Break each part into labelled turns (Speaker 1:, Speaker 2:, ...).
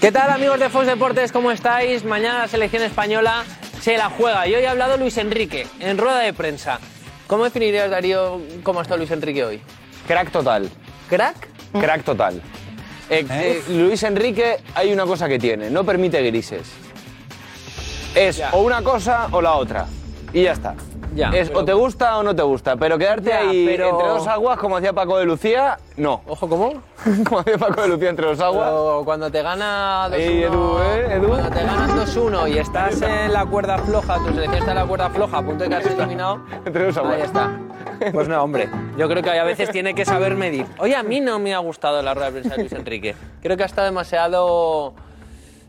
Speaker 1: ¿Qué tal amigos de Fox Deportes? ¿Cómo estáis? Mañana la selección española se la juega y hoy ha hablado Luis Enrique en rueda de prensa. ¿Cómo definirías, Darío, cómo está Luis Enrique hoy?
Speaker 2: Crack total.
Speaker 1: ¿Crack?
Speaker 2: Crack total. Eh, eh, Luis Enrique hay una cosa que tiene, no permite grises. Es o una cosa o la otra. Y ya está.
Speaker 1: Ya,
Speaker 2: es
Speaker 1: pero-
Speaker 2: o te gusta o no te gusta, pero quedarte
Speaker 1: Ya,
Speaker 2: ahí
Speaker 1: pero-
Speaker 2: entre dos aguas, como hacía Paco de Lucía, no.
Speaker 1: Ojo, ¿cómo?
Speaker 2: como hacía Paco de Lucía entre dos aguas.
Speaker 1: Pero cuando te gana 2-1,
Speaker 2: Ey, Edu, ¿eh? Edu.
Speaker 1: cuando te ganas 2-1 y estás en la cuerda floja, tu selección está en la cuerda floja, a punto de que has eliminado,
Speaker 2: Entre dos aguas.
Speaker 1: ahí está.
Speaker 3: Pues no, hombre.
Speaker 1: Yo creo que a veces tiene que saber medir. Oye, a mí no me ha gustado la rueda de prensa de Luis Enrique. Creo que ha estado demasiado.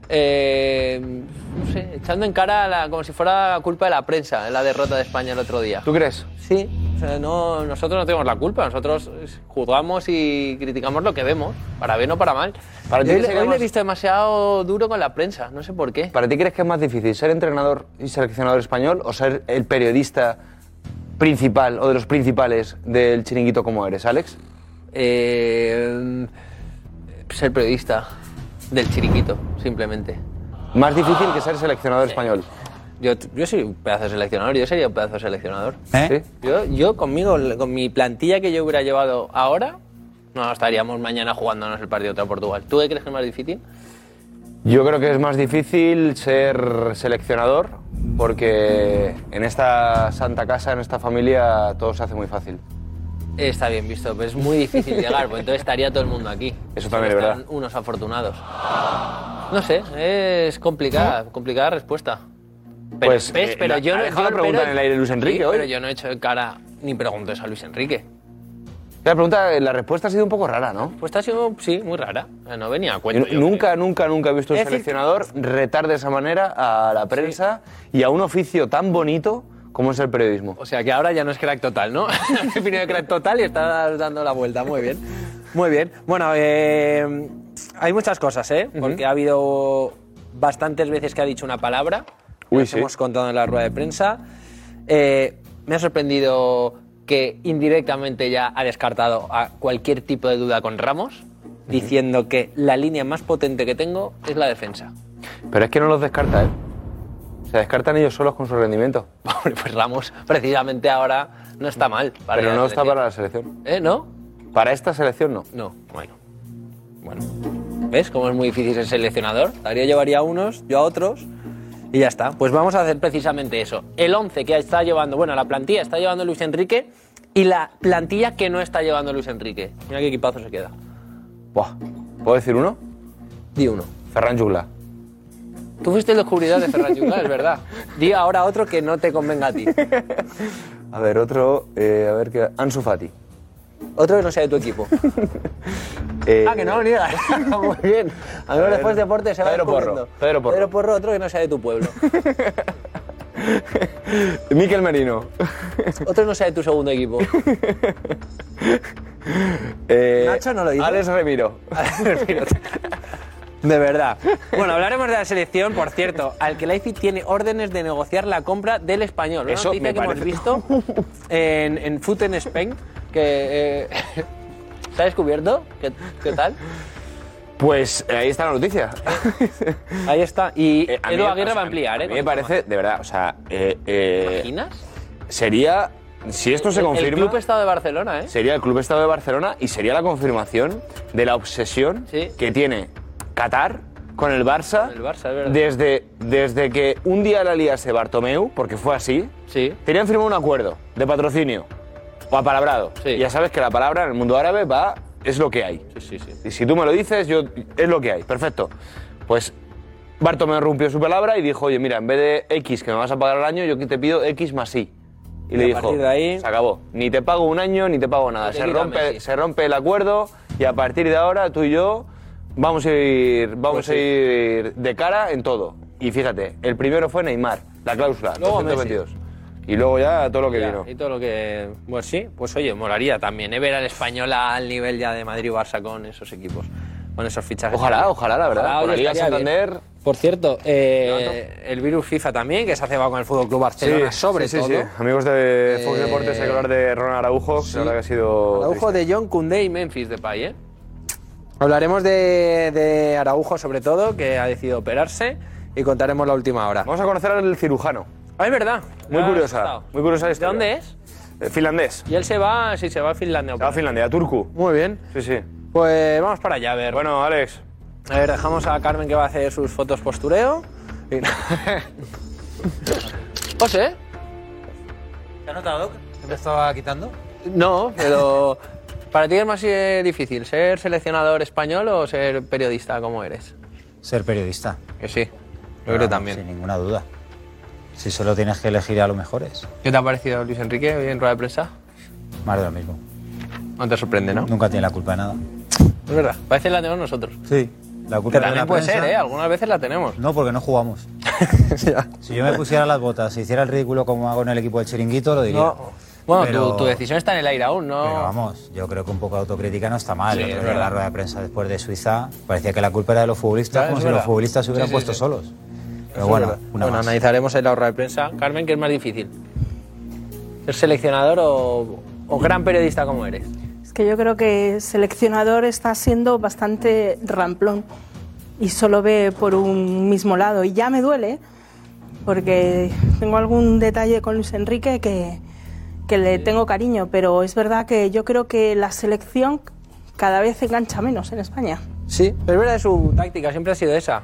Speaker 1: eh, no sé, echando en cara la- como si fuera culpa de la prensa, la derrota de España el otro día.
Speaker 2: ¿Tú crees?
Speaker 1: Sí, o sea, no, nosotros no tenemos la culpa, nosotros juzgamos y criticamos lo que vemos, para bien o para mal.
Speaker 2: Para ti
Speaker 1: Yo hoy,
Speaker 2: que
Speaker 1: le-
Speaker 2: sería
Speaker 1: hoy le he
Speaker 2: más-
Speaker 1: visto demasiado duro con la prensa, no sé por qué.
Speaker 2: ¿Para ti crees que es más difícil ser entrenador y seleccionador español o ser el periodista principal o de los principales del chiringuito como eres, Alex?
Speaker 1: Eh, ser periodista del chiriquito, simplemente.
Speaker 2: Más difícil que ser seleccionador español.
Speaker 1: Yo, yo soy un pedazo de seleccionador, yo sería un pedazo de seleccionador.
Speaker 3: ¿Eh?
Speaker 2: ¿Sí?
Speaker 1: Yo, yo conmigo, con mi plantilla que yo hubiera llevado ahora, no estaríamos mañana jugándonos el partido contra Portugal. ¿Tú qué crees que es más difícil?
Speaker 2: Yo creo que es más difícil ser seleccionador porque en esta santa casa, en esta familia, todo se hace muy fácil.
Speaker 1: Eh, Está bien visto, pero es muy difícil llegar, porque entonces estaría todo el mundo aquí.
Speaker 2: Eso también
Speaker 1: Solo
Speaker 2: es
Speaker 1: están
Speaker 2: verdad.
Speaker 1: Unos afortunados. No sé, es complicada, complicada respuesta. Pero,
Speaker 2: Pues,
Speaker 1: ¿ves?
Speaker 2: eh,
Speaker 1: pero
Speaker 2: ha-
Speaker 1: yo
Speaker 2: ha
Speaker 1: no-
Speaker 2: dejado
Speaker 1: yo-
Speaker 2: la pregunta
Speaker 1: pero-
Speaker 2: en el aire Luis Enrique
Speaker 1: sí,
Speaker 2: hoy.
Speaker 1: Pero yo no he hecho cara ni pregunto eso a Luis Enrique.
Speaker 2: La pregunta, la respuesta ha sido un poco rara, ¿no?
Speaker 1: Pues ha sido, sí, muy rara. No venía a
Speaker 2: Yo
Speaker 1: cuento.
Speaker 2: nu-
Speaker 1: yo
Speaker 2: nunca, nunca, nunca he visto un
Speaker 1: Es decir-
Speaker 2: seleccionador retar de esa manera a la prensa y a un oficio tan bonito como es el periodismo.
Speaker 1: O sea que ahora ya no es crack total, ¿no? Has definido crack total y estás dando la vuelta. Muy bien.
Speaker 3: Muy bien. Bueno, eh, hay muchas cosas, ¿eh? Porque ha habido bastantes veces que ha dicho una palabra.
Speaker 2: Uy,
Speaker 3: Las
Speaker 2: sí.
Speaker 3: hemos contado en la rueda de prensa.
Speaker 1: Eh, me ha sorprendido que indirectamente ya ha descartado a cualquier tipo de duda con Ramos, diciendo que la línea más potente que tengo es la defensa.
Speaker 2: Pero es que no los descarta, ¿eh? Se descartan ellos solos con su rendimiento.
Speaker 1: Hombre, pues Ramos precisamente ahora no está mal. para
Speaker 2: Pero
Speaker 1: la
Speaker 2: no está
Speaker 1: selección.
Speaker 2: para la selección.
Speaker 1: ¿Eh? ¿No?
Speaker 2: Para esta selección no.
Speaker 1: No, bueno. Bueno. ¿Ves cómo es muy difícil ser seleccionador?
Speaker 3: Darío llevaría a unos, yo a otros. Y ya está.
Speaker 1: Pues vamos a hacer precisamente eso. El 11 que está llevando, bueno, la plantilla está llevando Luis Enrique y la plantilla que no está llevando Luis Enrique. Mira qué equipazo se queda.
Speaker 2: Buah. ¿Puedo decir uno?
Speaker 1: Di uno.
Speaker 2: Ferran Jugla.
Speaker 1: Tú fuiste el descubridor de Ferran Jucá, es verdad. Di ahora otro que no te convenga a ti. Ah,
Speaker 2: A ver, otro. eh, a ver qué. Ansu Fati.
Speaker 1: Otro que no sea de tu equipo.
Speaker 2: Eh,
Speaker 3: Ah, que no lo niegas. Muy bien. A ver, después deporte se va
Speaker 2: Pedro Porro,
Speaker 3: descubriendo.
Speaker 2: Pedro Porro.
Speaker 3: Pedro Porro, otro que no sea de tu pueblo.
Speaker 2: Miquel Merino.
Speaker 1: Otro que no sea de tu segundo equipo.
Speaker 2: Eh,
Speaker 3: Nacho no lo dice.
Speaker 2: Alex Remiro.
Speaker 3: De verdad. Bueno, hablaremos de la selección, por cierto. Al que tiene órdenes de negociar la compra del español. Una
Speaker 2: Eso
Speaker 3: noticia
Speaker 2: me
Speaker 3: que hemos
Speaker 2: parece-
Speaker 3: visto en, en Foot en Spain.
Speaker 1: Que, eh, ¿Se ha descubierto? ¿Qué, qué tal?
Speaker 2: Pues eh, ahí está la noticia.
Speaker 3: Ahí está. Y
Speaker 2: Eh, a mí-
Speaker 1: Edu Aguirre
Speaker 2: o sea,
Speaker 1: va a ampliar, ¿eh?
Speaker 2: A mí me parece, de verdad, o sea. eh, eh,
Speaker 1: ¿Te imaginas?
Speaker 2: sería. Si esto se
Speaker 1: El-
Speaker 2: confirma.
Speaker 1: El club estado de Barcelona, ¿eh?
Speaker 2: Sería el Club Estado de Barcelona y sería la confirmación de la obsesión
Speaker 1: Sí.
Speaker 2: que tiene Qatar con el Barça,
Speaker 1: Con el Barça, es verdad.
Speaker 2: desde, desde que un día la liase Bartomeu, porque fue así,
Speaker 1: Sí.
Speaker 2: tenían firmado un acuerdo de patrocinio o apalabrado.
Speaker 1: Sí.
Speaker 2: Y Ya sabes que la palabra en el mundo árabe va, es lo que hay.
Speaker 1: Sí, sí, sí.
Speaker 2: Y si tú me lo dices, yo es lo que hay. Perfecto. Pues Bartomeu rompió su palabra y dijo, oye, mira, en vez de X que me vas a pagar al año, yo aquí te pido X más Y. Y, le
Speaker 3: a
Speaker 2: dijo,
Speaker 3: partir de ahí-
Speaker 2: se acabó. Ni te pago un año, ni te pago nada.
Speaker 1: te
Speaker 2: Se
Speaker 1: quita
Speaker 2: rompe,
Speaker 1: Messi".
Speaker 2: se rompe el acuerdo y a partir de ahora tú y yo vamos a ir,
Speaker 1: Pues
Speaker 2: vamos a ir de cara en todo. Y fíjate, el primero fue Neymar, la cláusula,
Speaker 1: Luego
Speaker 2: 222. Y luego ya todo lo que
Speaker 1: Ya,
Speaker 2: vino.
Speaker 1: Y todo lo que. Pues sí, pues oye, molaría también ¿eh? ver al español al nivel ya de Madrid y Barça con esos equipos, con esos fichajes.
Speaker 2: Ojalá, ojalá, la verdad.
Speaker 1: Ojalá,
Speaker 2: Por la
Speaker 1: oye,
Speaker 2: Liga
Speaker 1: estaría bien.
Speaker 2: Santander...
Speaker 3: Por cierto, eh, el virus FIFA también, que se ha cebado con el Fútbol Club Barcelona, sobre
Speaker 2: sí,
Speaker 3: todo.
Speaker 2: Sí, sí. Amigos
Speaker 1: Eh,
Speaker 2: de Fox Deportes, hay que hablar de Ronald Araujo, que la verdad que ha sido.
Speaker 3: Araujo
Speaker 2: triste.
Speaker 3: de John Cundé
Speaker 1: Y Memphis de Pay, ¿eh? Hablaremos de, de Araujo, sobre todo, que ha decidido operarse, y contaremos la última hora.
Speaker 2: Vamos a conocer al cirujano.
Speaker 1: Ah, es verdad.
Speaker 2: Muy
Speaker 1: Ya
Speaker 2: curiosa.
Speaker 1: has estado.
Speaker 2: Muy curiosa la
Speaker 1: ¿De
Speaker 2: historia.
Speaker 1: dónde es?
Speaker 2: Eh, Finlandés.
Speaker 1: Y él se va, sí, se va a Finlandia.
Speaker 2: A Finlandia, a Turku.
Speaker 1: Muy bien.
Speaker 2: Sí, sí.
Speaker 1: Pues vamos para allá, a ver.
Speaker 2: Bueno, Alex.
Speaker 1: A ver, dejamos a Carmen que va a hacer sus fotos postureo. Y- José,
Speaker 4: ¿Te has notado que me estaba quitando?
Speaker 5: No, pero. ¿Para ti es más eh, difícil ser seleccionador español o ser periodista como eres?
Speaker 4: Ser periodista.
Speaker 5: Que sí. Yo
Speaker 4: Vamos,
Speaker 5: creo también.
Speaker 4: Sin ninguna duda. Si solo tienes que elegir a los mejores,
Speaker 5: ¿Qué te ha parecido Luis Enrique hoy en rueda de prensa?
Speaker 4: más de lo mismo.
Speaker 5: No te sorprende, ¿no?
Speaker 4: Nunca tiene la culpa de nada.
Speaker 5: Es verdad. A veces la tenemos nosotros.
Speaker 4: Sí. La
Speaker 5: Que
Speaker 4: culpa de
Speaker 5: también
Speaker 4: la
Speaker 5: puede
Speaker 4: prensa-
Speaker 5: ser, ¿eh? Algunas veces la tenemos.
Speaker 4: No, porque no jugamos. si yo me pusiera las botas y hiciera el ridículo como hago en el equipo del chiringuito, lo diría.
Speaker 5: Bueno,
Speaker 4: Pero-
Speaker 5: tu, tu decisión está en el aire aún, ¿no?
Speaker 4: Pero vamos, yo creo que un poco de autocrítica no está mal.
Speaker 5: Sí,
Speaker 4: El otro
Speaker 5: es
Speaker 4: día en
Speaker 5: verdad.
Speaker 4: la rueda de prensa después de Suiza parecía que la culpa era de los futbolistas,
Speaker 5: Ya,
Speaker 4: como
Speaker 5: es
Speaker 4: si
Speaker 5: verdad.
Speaker 4: los futbolistas se hubieran
Speaker 5: Sí, sí,
Speaker 4: puesto
Speaker 5: sí.
Speaker 4: solos. Pero bueno, una
Speaker 1: bueno,
Speaker 4: más.
Speaker 1: analizaremos el ahorro de prensa. Carmen, ¿qué es más difícil? ¿Ser seleccionador o, o gran periodista como eres?
Speaker 6: Es que yo creo que el seleccionador está siendo bastante ramplón y solo ve por un mismo lado. Y ya me duele ¿eh? porque tengo algún detalle con Luis Enrique que, que le tengo cariño, pero es verdad que yo creo que la selección cada vez engancha menos en España.
Speaker 1: Sí, pero es verdad, su táctica siempre ha sido esa.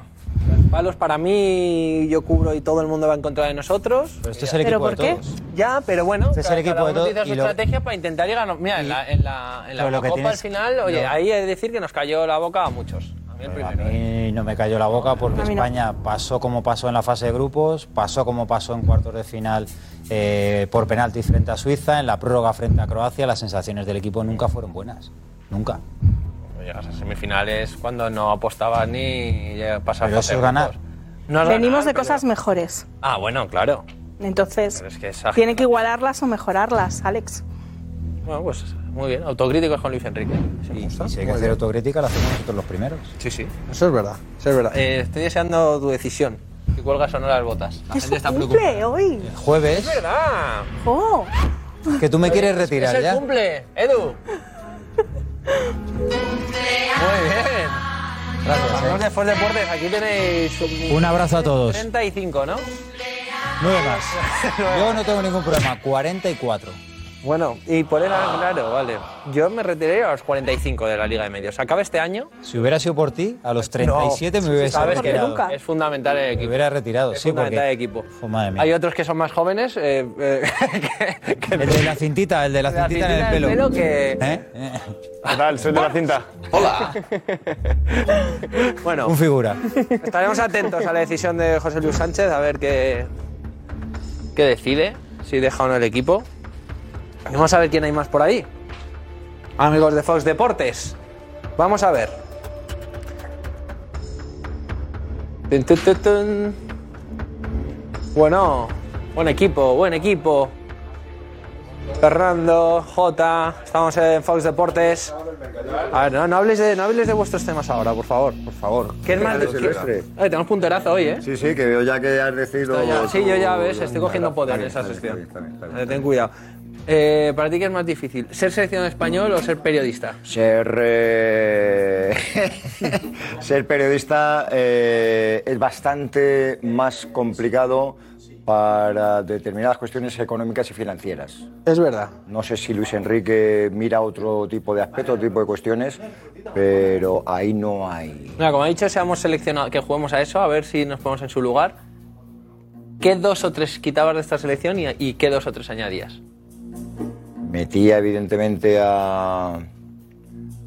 Speaker 1: Palos para mí, yo cubro y todo el mundo va en contra de nosotros.
Speaker 4: Pero este es el
Speaker 6: ¿Pero
Speaker 4: equipo de
Speaker 6: por qué?
Speaker 4: todos.
Speaker 1: Ya, pero bueno.
Speaker 4: Este es el
Speaker 1: cada-
Speaker 4: equipo de
Speaker 1: cada uno
Speaker 4: todo
Speaker 1: utiliza su
Speaker 4: y lo-
Speaker 1: estrategia para intentar llegar. a- Mira, en la, en la, en la
Speaker 4: Pero lo que
Speaker 1: Eurocopa
Speaker 4: tienes-
Speaker 1: al final, oye,
Speaker 4: no.
Speaker 1: ahí he de decir que nos cayó la boca a muchos. A mí el
Speaker 4: Pero A
Speaker 1: primero. ¿eh?
Speaker 4: mí no me cayó la boca porque
Speaker 6: A mí no.
Speaker 4: España pasó como pasó en la fase de grupos, pasó como pasó en cuartos de final eh, por penalti frente a Suiza, en la prórroga frente a Croacia, las sensaciones del equipo nunca fueron buenas. Nunca.
Speaker 5: Cuando Llegas a semifinales cuando no apostabas ni llegas a pasar
Speaker 4: Pero eso
Speaker 5: fase
Speaker 4: es
Speaker 5: de
Speaker 4: ganar.
Speaker 5: grupos. No es
Speaker 6: Venimos de
Speaker 5: ganar,
Speaker 6: cosas mejores.
Speaker 5: pero- Ah, bueno, claro.
Speaker 6: Entonces,
Speaker 5: Pero es que esa-
Speaker 6: tiene que igualarlas o mejorarlas, Alex.
Speaker 5: Bueno, pues muy bien. Autocríticos con Luis Enrique.
Speaker 4: Y, y si hay que hacer autocrítica, la hacemos nosotros los primeros.
Speaker 5: Sí, sí.
Speaker 1: Eso es verdad, eso es verdad. Eh, estoy deseando tu decisión.
Speaker 5: Y cuelgas o no las botas. La
Speaker 6: Es
Speaker 5: gente
Speaker 6: su
Speaker 5: está preocupada.
Speaker 6: cumple hoy.
Speaker 4: El jueves,
Speaker 5: ¿Verdad?
Speaker 6: ¡Oh!
Speaker 4: que tú me quieres
Speaker 5: Es
Speaker 4: retirar
Speaker 5: el
Speaker 4: ya.
Speaker 5: cumple, Edu. Muy bien.
Speaker 4: Gracias,
Speaker 1: Hablamos
Speaker 4: ¿eh?
Speaker 1: de Force Deportes, aquí tenéis un-
Speaker 4: Un abrazo a todos.
Speaker 1: 35, ¿no?
Speaker 4: Nueve más. Yo no tengo ningún problema. 44.
Speaker 1: Bueno, y por él, ah, claro, vale. Yo me retiré a los 45 de la Liga de Medios. Acaba este año.
Speaker 4: Si hubiera sido por ti, a los 37 me hubiese
Speaker 6: sabes que
Speaker 4: retirado.
Speaker 6: nunca.
Speaker 5: Es fundamental el
Speaker 4: Me
Speaker 5: equipo.
Speaker 4: hubiera retirado,
Speaker 1: Es
Speaker 4: sí,
Speaker 1: fundamental
Speaker 4: porque...
Speaker 1: de equipo.
Speaker 4: Oh, madre mía.
Speaker 1: Hay otros que son más jóvenes. eh, eh, que- que-
Speaker 4: El de la cintita, el de la
Speaker 1: la
Speaker 4: cintita en el
Speaker 1: del
Speaker 4: pelo.
Speaker 1: que-
Speaker 4: ¿Eh? Eh,
Speaker 2: ¿Qué tal? Soy de la cinta.
Speaker 1: Bueno,
Speaker 4: Un figura.
Speaker 1: estaremos atentos a la decisión de José Luis Sánchez, a ver qué,
Speaker 5: ¿Qué decide?
Speaker 1: si deja o no el equipo. Y vamos a ver quién hay más por ahí. Amigos de Fox Deportes, vamos a ver. Tun, tun, tun, tun. Bueno, buen equipo, buen equipo. Fernando, J, estamos en Fox Deportes. A ver, no, no habléis de, no habléis de vuestros temas ahora, por favor, por favor. ¿Qué es más
Speaker 7: Dale, Silvestre.
Speaker 1: de Ay, Tenemos punterazo hoy, ¿eh?
Speaker 7: Sí, sí, que veo ya que has decidido.
Speaker 1: Estoy ya- sí, yo ya ves, estoy
Speaker 7: Está
Speaker 1: cogiendo
Speaker 7: bien,
Speaker 1: poder
Speaker 7: está
Speaker 1: en esa
Speaker 7: bien, está
Speaker 1: sección.
Speaker 7: bien, está bien, está bien,
Speaker 1: Eh,
Speaker 7: está
Speaker 1: Ten
Speaker 7: bien.
Speaker 1: cuidado. Eh, ¿Para ti qué es más difícil? ¿Ser seleccionado español o ser periodista?
Speaker 7: Ser, eh, ser periodista eh, es bastante más complicado para determinadas cuestiones económicas y financieras.
Speaker 1: Es verdad.
Speaker 7: No sé si Luis Enrique mira otro tipo de aspectos, otro tipo de cuestiones, pero ahí no hay.
Speaker 1: Mira, como ha dicho, seamos seleccionados, que juguemos a eso, a ver si nos ponemos en su lugar. ¿Qué dos o tres quitabas de esta selección y, y qué dos o tres añadías?
Speaker 7: Metía evidentemente a,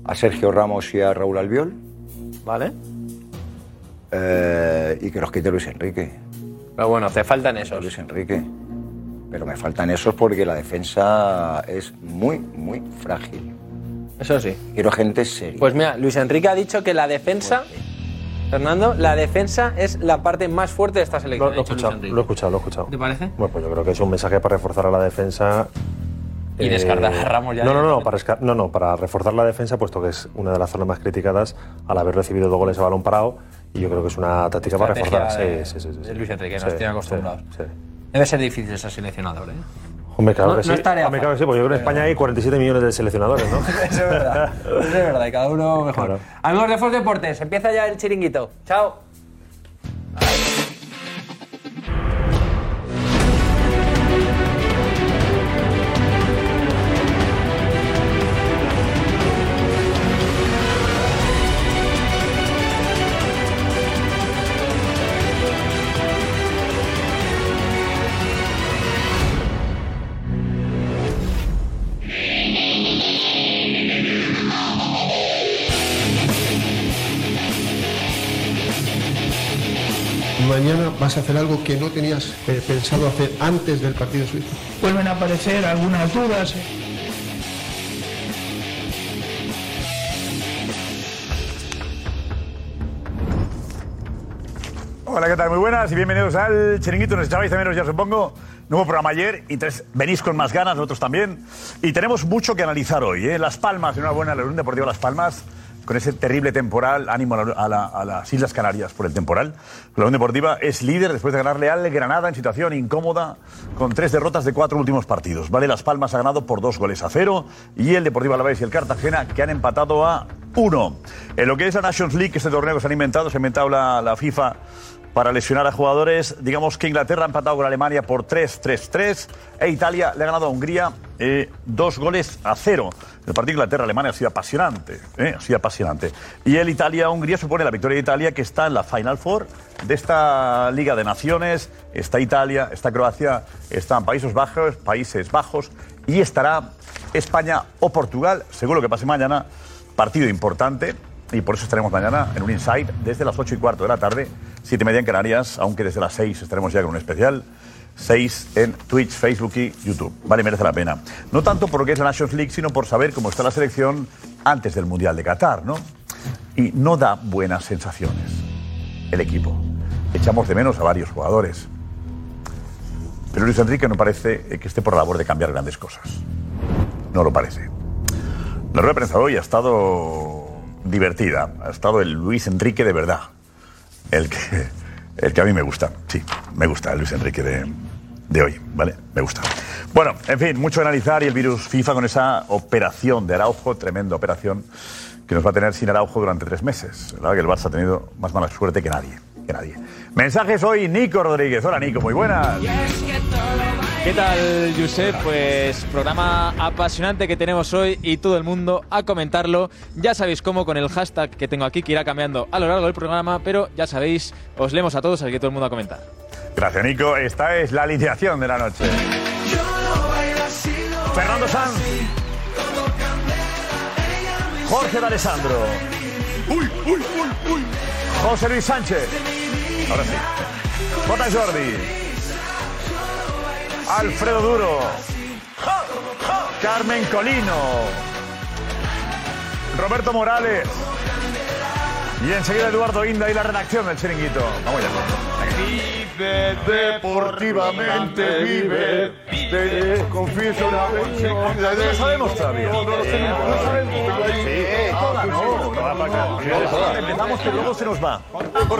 Speaker 7: a Sergio Ramos y a Raúl Albiol
Speaker 1: ¿Vale?
Speaker 7: eh, y que los quite Luis Enrique.
Speaker 1: Pero bueno, te faltan esos.
Speaker 7: Luis Enrique. Pero me faltan esos porque la defensa es muy, muy frágil.
Speaker 1: Eso sí.
Speaker 7: Quiero gente seria.
Speaker 1: Pues mira, Luis Enrique ha dicho que la defensa, Fernando, la defensa es la parte más fuerte de esta selección.
Speaker 8: Lo, lo he
Speaker 1: ha dicho Luis
Speaker 8: escuchado,
Speaker 1: Enrique.
Speaker 8: lo he escuchado, lo he escuchado.
Speaker 1: ¿Te parece?
Speaker 8: Bueno, pues yo creo que es un mensaje para reforzar a la defensa. eh,
Speaker 5: Y descartar a Ramos ya
Speaker 8: No, no,
Speaker 5: de-
Speaker 8: no, no, para, esca- no, no, para reforzar la defensa, puesto que es una de las zonas más criticadas al haber recibido dos goles a balón parado. Y yo creo que es una táctica para
Speaker 5: Estrategia
Speaker 8: reforzar.
Speaker 5: de-
Speaker 8: sí, sí, sí, sí,
Speaker 5: de
Speaker 8: sí.
Speaker 5: Luis Enrique, nos
Speaker 8: Sí,
Speaker 5: tiene acostumbrados.
Speaker 8: sí, sí.
Speaker 5: Debe ser difícil ser seleccionador, ¿eh?
Speaker 8: Hombre, claro
Speaker 1: No-
Speaker 8: que sí.
Speaker 1: no es tarea
Speaker 8: Hombre, claro que sí, porque yo creo que en España hay 47 millones de seleccionadores, ¿no?
Speaker 1: Eso es verdad. Eso es verdad, y cada uno mejor.
Speaker 8: Claro.
Speaker 1: Amigos de Fox Deportes, empieza ya el chiringuito. Chao.
Speaker 9: Mañana vas a hacer algo que no tenías eh, pensado hacer antes del partido suizo.
Speaker 10: Vuelven a aparecer algunas dudas.
Speaker 5: Hola, ¿qué tal? Muy buenas y bienvenidos al Chiringuito. Nos echabais de menos, ya supongo. Nuevo programa ayer y tres, venís con más ganas, nosotros también. Y tenemos mucho que analizar hoy. ¿eh? Las Palmas, una buena la Unión Deportiva Las Palmas, con ese terrible temporal, ánimo a, la- a la- a las Islas Canarias por el temporal. La Unión Deportiva es líder después de ganarle al Granada en situación incómoda con tres derrotas de cuatro últimos partidos. Vale, Las Palmas ha ganado por dos goles a cero y el Deportivo Alavés y el Cartagena que han empatado a uno. En lo que es la Nations League, este torneo que se han inventado, se ha inventado la- la FIFA para lesionar a jugadores. Digamos que Inglaterra ha empatado con Alemania por 3-3-3 e Italia le ha ganado a Hungría eh, dos goles a cero. El partido Inglaterra-Alemania ha sido apasionante, eh, ha sido apasionante. Y el Italia-Hungría supone la victoria de Italia que está en la Final Four de esta Liga de Naciones. Está Italia, está Croacia, están Países Bajos, Países Bajos y estará España o Portugal, según lo que pase mañana. Partido importante. Y por eso estaremos mañana en un Insight desde las 8 y cuarto de la tarde, 7 y media en Canarias, aunque desde las 6 estaremos ya con un especial. 6 en Twitch, Facebook y YouTube. Vale, merece la pena. No tanto por lo que es la Nations League, sino por saber cómo está la selección antes del Mundial de Qatar, ¿no? Y no da buenas sensaciones el equipo. Echamos de menos a varios jugadores. Pero Luis Enrique no parece eh, que esté por la labor de cambiar grandes cosas. No lo parece. La rueda de prensa de hoy ha estado divertida. Ha estado el Luis Enrique de verdad. El que, el que a mí me gusta. Sí, me gusta el Luis Enrique de, de hoy. ¿Vale? Me gusta. Bueno, en fin, mucho que analizar y el virus FIFA con esa operación de Araujo, tremenda operación, que nos va a tener sin Araujo durante tres meses. La verdad que el Barça ha tenido más mala suerte que nadie. Que nadie. Mensajes hoy, Nico Rodríguez. Hola, Nico, muy buenas.
Speaker 11: ¿Qué tal, Josep? Pues programa apasionante que tenemos hoy y todo el mundo a comentarlo. Ya sabéis cómo con el hashtag que tengo aquí, que irá cambiando a lo largo del programa, pero ya sabéis, os leemos a todos, así que todo el mundo a comentar.
Speaker 5: Gracias, Nico. Esta es la alineación de la noche. Fernando Sanz. Jorge D Alessandro. Uy, uy, uy, uy. José Luis Sánchez. Ahora sí. Jota Jordi. Alfredo Duro. Carmen Colino. Roberto Morales. Y enseguida Eduardo Inda y la redacción del chiringuito. Vamos ya. Vive deportivamente, vive. Te confieso una vez. No lo sabemos todavía. No lo sabemos. No, no, no. Empezamos que luego se nos va.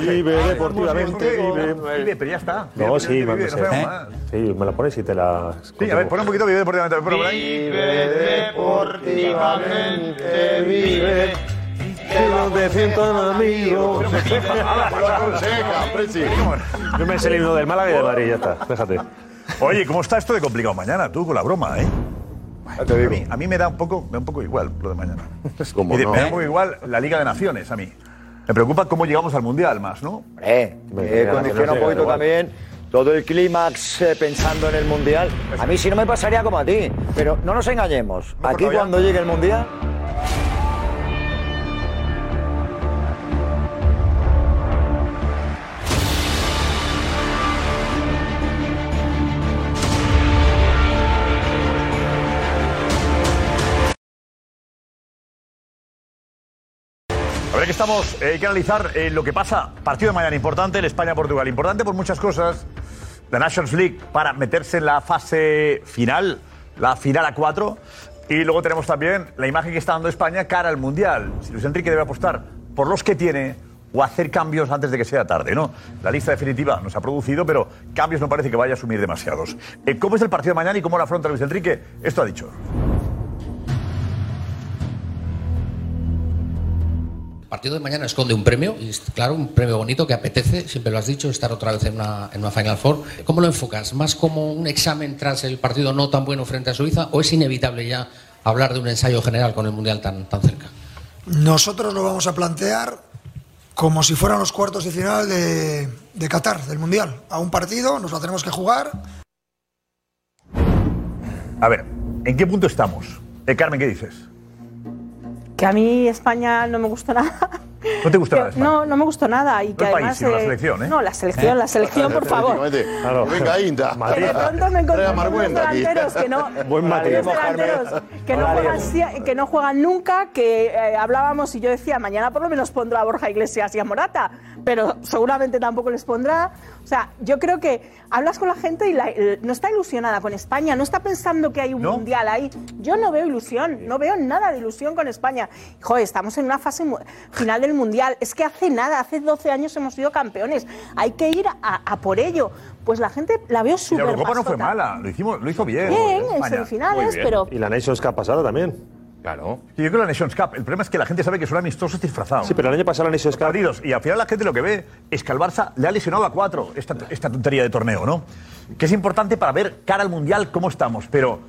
Speaker 8: Vive deportivamente, vive.
Speaker 5: Vive, pero ya está.
Speaker 8: No, sí,
Speaker 5: vive,
Speaker 8: me sé.
Speaker 5: no sabemos
Speaker 8: ¿Eh?
Speaker 5: más.
Speaker 8: Sí, me la pones y te la.
Speaker 5: Sí, a ver, pon un poquito Vive deportivamente. por ahí.
Speaker 9: deportivamente vive. Te lo defiendo, amigo.
Speaker 8: Yo me sé el himno del Málaga y del Madrid, ya está. Déjate.
Speaker 5: Oye, ¿cómo está esto de complicado mañana tú con la broma, eh?
Speaker 8: Ah,
Speaker 5: A mí, a mí me da un poco, me da un poco igual lo de mañana. Y de-
Speaker 12: no?
Speaker 5: Me da un poco igual la Liga de Naciones a mí. Me preocupa cómo llegamos al Mundial más, ¿no?
Speaker 12: Eh,
Speaker 5: Hombre,
Speaker 12: eh,
Speaker 5: ya, que
Speaker 12: condiciona
Speaker 5: no
Speaker 12: un
Speaker 5: te
Speaker 12: poquito
Speaker 5: da igual.
Speaker 12: también todo el clímax eh, pensando en el Mundial. A mí si no me pasaría como a ti, pero no nos engañemos. Aquí
Speaker 5: todavía.
Speaker 12: cuando llegue el Mundial...
Speaker 5: A ver, que estamos, eh, hay que analizar eh, lo que pasa. Partido de mañana importante, el España-Portugal. Importante por muchas cosas. La Nations League para meterse en la fase final, la final a cuatro. Y luego tenemos también la imagen que está dando España cara al Mundial. Si Luis Enrique debe apostar por los que tiene o hacer cambios antes de que sea tarde, ¿no? La lista definitiva nos ha producido, pero cambios no parece que vaya a asumir demasiados. Eh, ¿Cómo es el partido de mañana y cómo lo afronta Luis Enrique? Esto ha dicho.
Speaker 13: El partido de mañana esconde un premio, y es, claro, un premio bonito que apetece, siempre lo has dicho, estar otra vez en una, en una Final Four. ¿Cómo lo enfocas? ¿Más como un examen tras el partido no tan bueno frente a Suiza o es inevitable ya hablar de un ensayo general con el Mundial tan, tan cerca?
Speaker 14: Nosotros lo vamos a plantear como si fueran los cuartos de final de, de Qatar, del Mundial. A un partido nos lo tenemos que jugar.
Speaker 5: A ver, ¿en qué punto estamos? Eh, Carmen, ¿qué dices?
Speaker 6: Que a mí España no me gusta nada.
Speaker 5: ¿No te gusta nada? España?
Speaker 6: No, no me gustó nada. Y que
Speaker 5: el país,
Speaker 6: además,
Speaker 5: sino la
Speaker 6: eh,
Speaker 5: selección, ¿eh?
Speaker 6: No, la selección, la selección, por favor.
Speaker 5: Claro.
Speaker 3: Venga, Inta.
Speaker 6: Que de pronto me encontré
Speaker 3: Trae a
Speaker 6: con unos
Speaker 3: Marguenda aquí.
Speaker 6: delanteros que no, unos
Speaker 3: Buen matiz.
Speaker 6: delanteros que no juegan, si- que no juegan nunca, que eh, hablábamos y yo decía, mañana por lo menos pondrá a Borja Iglesias y a Morata, pero seguramente tampoco les pondrá. O sea, yo creo que hablas con la gente y la- el- no está ilusionada con España, no está pensando que hay un mundial ahí. Yo no veo ilusión, no veo nada de ilusión con España. Joder, estamos en una fase mu- final del mundial. Es que hace nada, hace 12 años hemos sido campeones. Hay que ir a, a por ello. Pues la gente la veo
Speaker 5: Y
Speaker 6: súper
Speaker 5: la Eurocopa no fue
Speaker 6: pastota.
Speaker 5: mala, lo, hicimos, lo hizo bien.
Speaker 6: Bien, en
Speaker 5: España.
Speaker 6: semifinales, Muy bien. pero-
Speaker 8: Y la Nations Cup pasada también.
Speaker 5: Claro. Yo creo que la Nations Cup, el problema es que la gente sabe que son amistosos disfrazados.
Speaker 8: Sí, pero el año pasado la Nations Cup.
Speaker 5: Perdidos. Y al final la gente lo que ve es que al Barça le ha lesionado a cuatro esta, esta tontería de torneo, ¿no? Que es importante para ver cara al Mundial cómo estamos, pero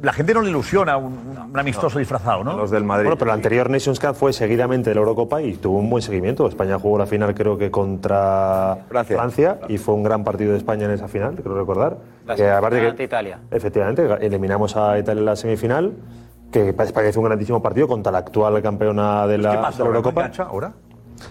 Speaker 5: la gente no le ilusiona un, un amistoso disfrazado, ¿no? pues
Speaker 8: Los del Madrid. Bueno, pero la anterior Nations Cup fue seguidamente de la Eurocopa y tuvo un buen seguimiento. España jugó la final, creo que contra Francia, y fue un gran partido de España en esa final, creo recordar. Que Eh, aparte que-
Speaker 4: Italia.
Speaker 8: Efectivamente, eliminamos a Italia en la semifinal, que España hizo un grandísimo partido contra la actual campeona de la,
Speaker 5: Pues, ¿Qué
Speaker 8: de
Speaker 5: pasa
Speaker 8: la
Speaker 5: ahora?
Speaker 8: Eurocopa.
Speaker 5: ¿No engancha ahora?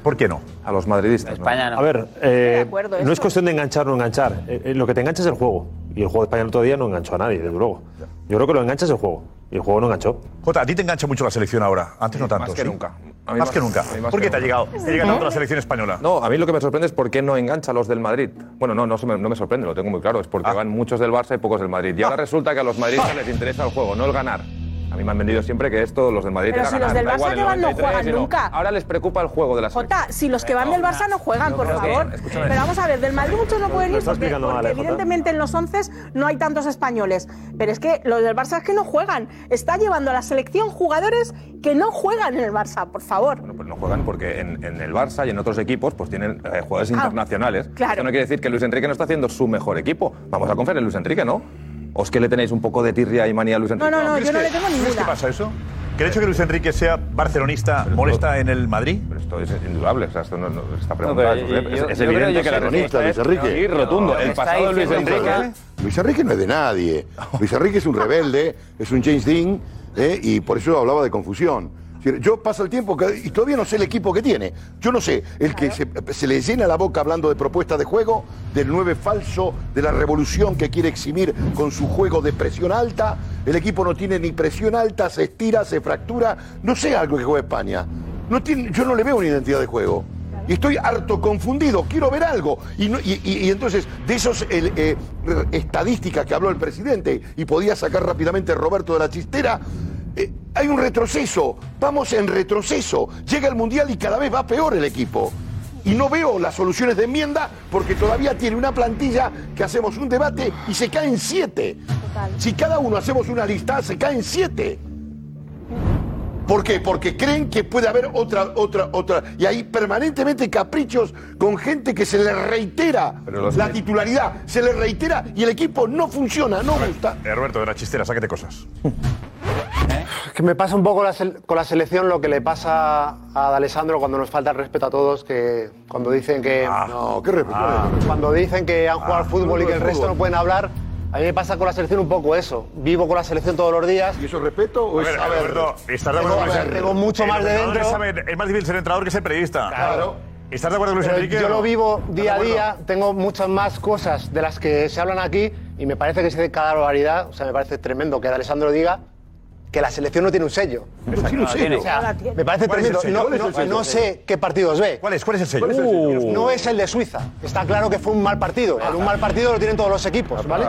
Speaker 5: ¿Por qué no?
Speaker 8: A los madridistas.
Speaker 5: España no.
Speaker 8: A ver, eh,
Speaker 5: acuerdo,
Speaker 8: no es
Speaker 5: eso.
Speaker 8: cuestión de enganchar o no enganchar. Eh, eh, lo que te engancha es el juego. Y el juego de España el otro día no enganchó a nadie, desde luego. Yo creo que lo engancha es el juego. Y el juego no enganchó.
Speaker 5: Jota, a ti te engancha mucho la selección ahora. Antes no tanto.
Speaker 3: que
Speaker 5: ¿sí?
Speaker 3: nunca. A
Speaker 5: Más,
Speaker 3: mí más-
Speaker 5: que nunca.
Speaker 3: a mí más
Speaker 5: ¿Por
Speaker 3: que
Speaker 5: qué te ha
Speaker 3: nunca.
Speaker 5: llegado? Te
Speaker 6: ¿Eh?
Speaker 5: llega tanto la selección española.
Speaker 3: No, a mí lo que me sorprende es por qué no engancha a los del Madrid. Bueno, no, no, se me, no me sorprende, lo tengo muy claro. Es
Speaker 6: Ah.
Speaker 3: porque van muchos del Barça y pocos del Madrid. Y ahora resulta que a los madridistas les interesa el juego, no el ganar. A mí me han vendido siempre que esto, los del Madrid
Speaker 6: Pero
Speaker 3: era
Speaker 6: si los
Speaker 3: ganar.
Speaker 6: del
Speaker 3: da
Speaker 6: Barça
Speaker 3: igual, el
Speaker 6: que van no
Speaker 3: 93
Speaker 6: juegan
Speaker 3: y lo-
Speaker 6: nunca.
Speaker 3: Ahora les preocupa el juego de la selección.
Speaker 6: Jota, si los que van del Barça no juegan, por
Speaker 3: creo que-
Speaker 6: favor.
Speaker 3: escúchame.
Speaker 6: Pero vamos a ver, del Madrid muchos no pueden
Speaker 3: Lo
Speaker 6: ir
Speaker 3: estás
Speaker 6: porque,
Speaker 3: explicando mal,
Speaker 6: porque
Speaker 3: eh, Jota.
Speaker 6: evidentemente en los 11 no hay tantos españoles. Pero es que los del Barça es que no juegan. Está llevando a la selección jugadores que no juegan en el Barça, por favor.
Speaker 3: Pues no juegan porque en, en el Barça y en otros equipos pues tienen eh, jugadores internacionales.
Speaker 6: Ah, claro.
Speaker 3: Esto no quiere decir que Luis Enrique no está haciendo su mejor equipo. Vamos a confiar en Luis Enrique, ¿no? ¿O es que le tenéis un poco de tirria y manía a Luis Enrique?
Speaker 6: no, no,
Speaker 3: ¿Crees
Speaker 6: yo no
Speaker 3: que-
Speaker 6: le tengo
Speaker 5: ¿Crees
Speaker 6: ninguna.
Speaker 5: que pasa eso? ¿Que el hecho de que Luis Enrique sea barcelonista molesta en el Madrid?
Speaker 3: Pero esto es indudable, o sea, esto no, no- esta pregunta
Speaker 5: pero
Speaker 7: eh,
Speaker 3: es-
Speaker 5: yo-
Speaker 3: es,
Speaker 5: yo-
Speaker 3: es
Speaker 5: yo
Speaker 3: evidente
Speaker 5: creo yo
Speaker 3: que la
Speaker 5: pues que-
Speaker 3: respuesta
Speaker 5: Luis
Speaker 3: es
Speaker 5: Enrique.
Speaker 3: sí, rotundo.
Speaker 5: No,
Speaker 3: el
Speaker 5: está
Speaker 3: pasado de Luis
Speaker 5: diciendo
Speaker 3: Enrique...
Speaker 5: Enrique.
Speaker 15: Luis Enrique no es de nadie. Luis Enrique es un rebelde, es un James Dean, ¿eh? y por eso hablaba de confusión. Es decir, Yo paso el tiempo que- y todavía no sé el equipo que tiene. Yo no sé, el que se, se le llena la boca hablando de propuestas de juego, del 9 falso, de la revolución que quiere exhibir con su juego de presión alta. El equipo no tiene ni presión alta, se estira, se fractura. No sé algo que juega España. No tiene, yo no le veo una identidad de juego. Y estoy harto confundido, quiero ver algo. Y, no- y- y- y entonces, de esos el, eh, r- estadísticas que habló el presidente y podía sacar rápidamente Roberto de la Chistera, eh, hay un retroceso, vamos en retroceso. Llega el Mundial y cada vez va peor el equipo. Y no veo las soluciones de enmienda porque todavía tiene una plantilla que hacemos un debate y se caen siete. Si cada uno hacemos una lista, se caen siete. ¿Por qué? Porque creen que puede haber otra, otra, otra. Y hay permanentemente caprichos con gente que se le reitera
Speaker 3: los-
Speaker 15: la titularidad, se le reitera y el equipo no funciona, no gusta.
Speaker 5: Eh, Roberto, de la chistera, sáquete cosas.
Speaker 16: Que me pasa un poco la sel- con la selección lo que le pasa a D'Alessandro cuando nos falta el respeto a todos, que cuando dicen que. no,
Speaker 15: Ah, qué respeto. Ah,
Speaker 16: cuando dicen que han jugado al fútbol y
Speaker 15: no
Speaker 16: que
Speaker 15: es
Speaker 16: el resto
Speaker 15: fútbol.
Speaker 16: no pueden hablar, a mí me pasa con la selección un poco eso. Vivo con la selección todos los días.
Speaker 15: ¿Y eso es respeto o
Speaker 5: A ver, Alberto, estás de
Speaker 16: tengo,
Speaker 5: acuerdo con Luis
Speaker 16: a ver,
Speaker 5: Enrique.
Speaker 16: tengo mucho
Speaker 5: El
Speaker 16: más de
Speaker 5: entrenador
Speaker 16: dentro.
Speaker 5: que sabe- Es más difícil ser entrenador que ser periodista.
Speaker 16: Claro.
Speaker 5: ¿Estás de acuerdo con Luis
Speaker 16: Pero
Speaker 5: Enrique?
Speaker 16: Yo
Speaker 5: o no?
Speaker 16: lo vivo
Speaker 5: ¿Estás de
Speaker 16: día a
Speaker 5: acuerdo?
Speaker 16: día, tengo muchas más cosas de las que se hablan aquí y me parece que se dice cada barbaridad, o sea, me parece tremendo que Alessandro diga que la selección no tiene un sello.
Speaker 5: No tiene un sello.
Speaker 16: O sea, me parece
Speaker 5: ¿Cuál es el
Speaker 16: tremendo.
Speaker 5: sello?
Speaker 16: No,
Speaker 5: ¿Cuál es el
Speaker 16: no-
Speaker 5: sello?
Speaker 16: no sé qué partidos ve.
Speaker 5: ¿Cuál es, cuál es el sello?
Speaker 16: Uh,
Speaker 5: ¿Cuál es el sello? Ah,
Speaker 16: No es el de Suiza. Está claro que fue un mal partido. El un mal partido lo tienen todos los equipos, ¿vale?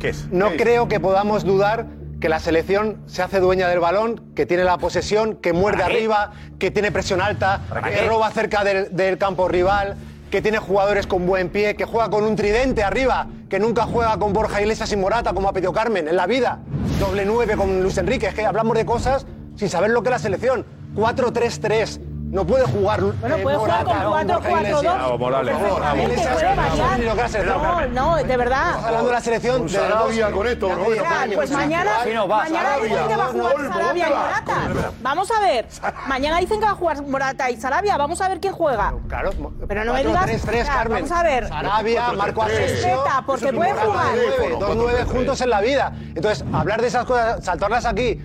Speaker 5: ¿Qué es?
Speaker 16: No creo que podamos dudar que la selección se hace dueña del balón, que tiene la posesión, que muerde arriba, que tiene presión alta, que roba cerca del, del campo rival, que tiene jugadores con buen pie, que juega con un tridente arriba, que nunca juega con Borja Iglesias y Morata como ha pedido Carmen en la vida. Doble nueve con Luis Enrique, es que hablamos de cosas sin saber lo que es la selección. 4-3-3. No puede jugar. eh, Bueno,
Speaker 6: puede jugar con 4-4-2.
Speaker 3: Bravo, Morales. Bravo.
Speaker 6: Puede variar. No, no, de
Speaker 16: Estamos hablando de
Speaker 6: verdad.
Speaker 16: la selección.
Speaker 15: Con
Speaker 16: de las
Speaker 15: Sarabia,
Speaker 16: dos.
Speaker 15: con esto,
Speaker 16: Ya
Speaker 15: no,
Speaker 16: te diré.
Speaker 15: ya te
Speaker 6: Pues mañana,
Speaker 16: Sí, no, va,
Speaker 6: mañana
Speaker 16: Sarabia.
Speaker 6: dicen que va a jugar
Speaker 16: Gol,
Speaker 6: Sarabia y
Speaker 16: gol,
Speaker 6: Morata. Vamos a ver. Mañana dicen que va a jugar Morata y Sarabia. Vamos a ver quién juega.
Speaker 16: Claro,
Speaker 6: Pero no me digas.
Speaker 16: 4-3-3,
Speaker 6: o sea,
Speaker 16: Carmen.
Speaker 6: Vamos a ver.
Speaker 16: Sarabia, Marco Asensio.
Speaker 6: Respeta, porque puede
Speaker 16: ¿eh?
Speaker 6: jugar.
Speaker 16: Dos nueve juntos en la vida. Entonces, hablar de esas cosas, saltarlas aquí.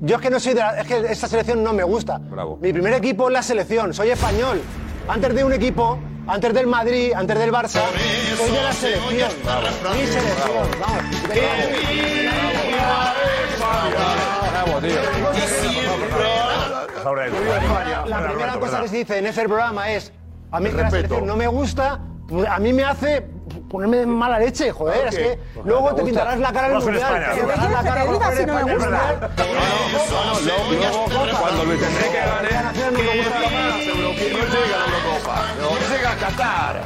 Speaker 16: Yo es que no soy de la- Es que esta selección no me gusta. Mi primer equipo es la selección. Soy español. Antes de un equipo, antes del Madrid, antes del Barça, soy de la selección. Mi selección.
Speaker 3: Bravo, tío.
Speaker 5: Ahora es-
Speaker 16: La primera cosa que se dice en este programa es: a mí es que la
Speaker 5: Respeto.
Speaker 16: selección no me gusta, a mí me hace ponerme de mala leche, joder.
Speaker 5: Ok.
Speaker 16: ¿eh? Es que
Speaker 5: Ojalá
Speaker 16: luego
Speaker 5: te
Speaker 16: te
Speaker 5: gusta.
Speaker 16: pintarás la cara en el
Speaker 5: Vamos con
Speaker 16: mundial. te
Speaker 5: España. ¿Qué
Speaker 16: pintarás la cara por ser español.
Speaker 3: Cuando Luis Enrique gane, ¿qué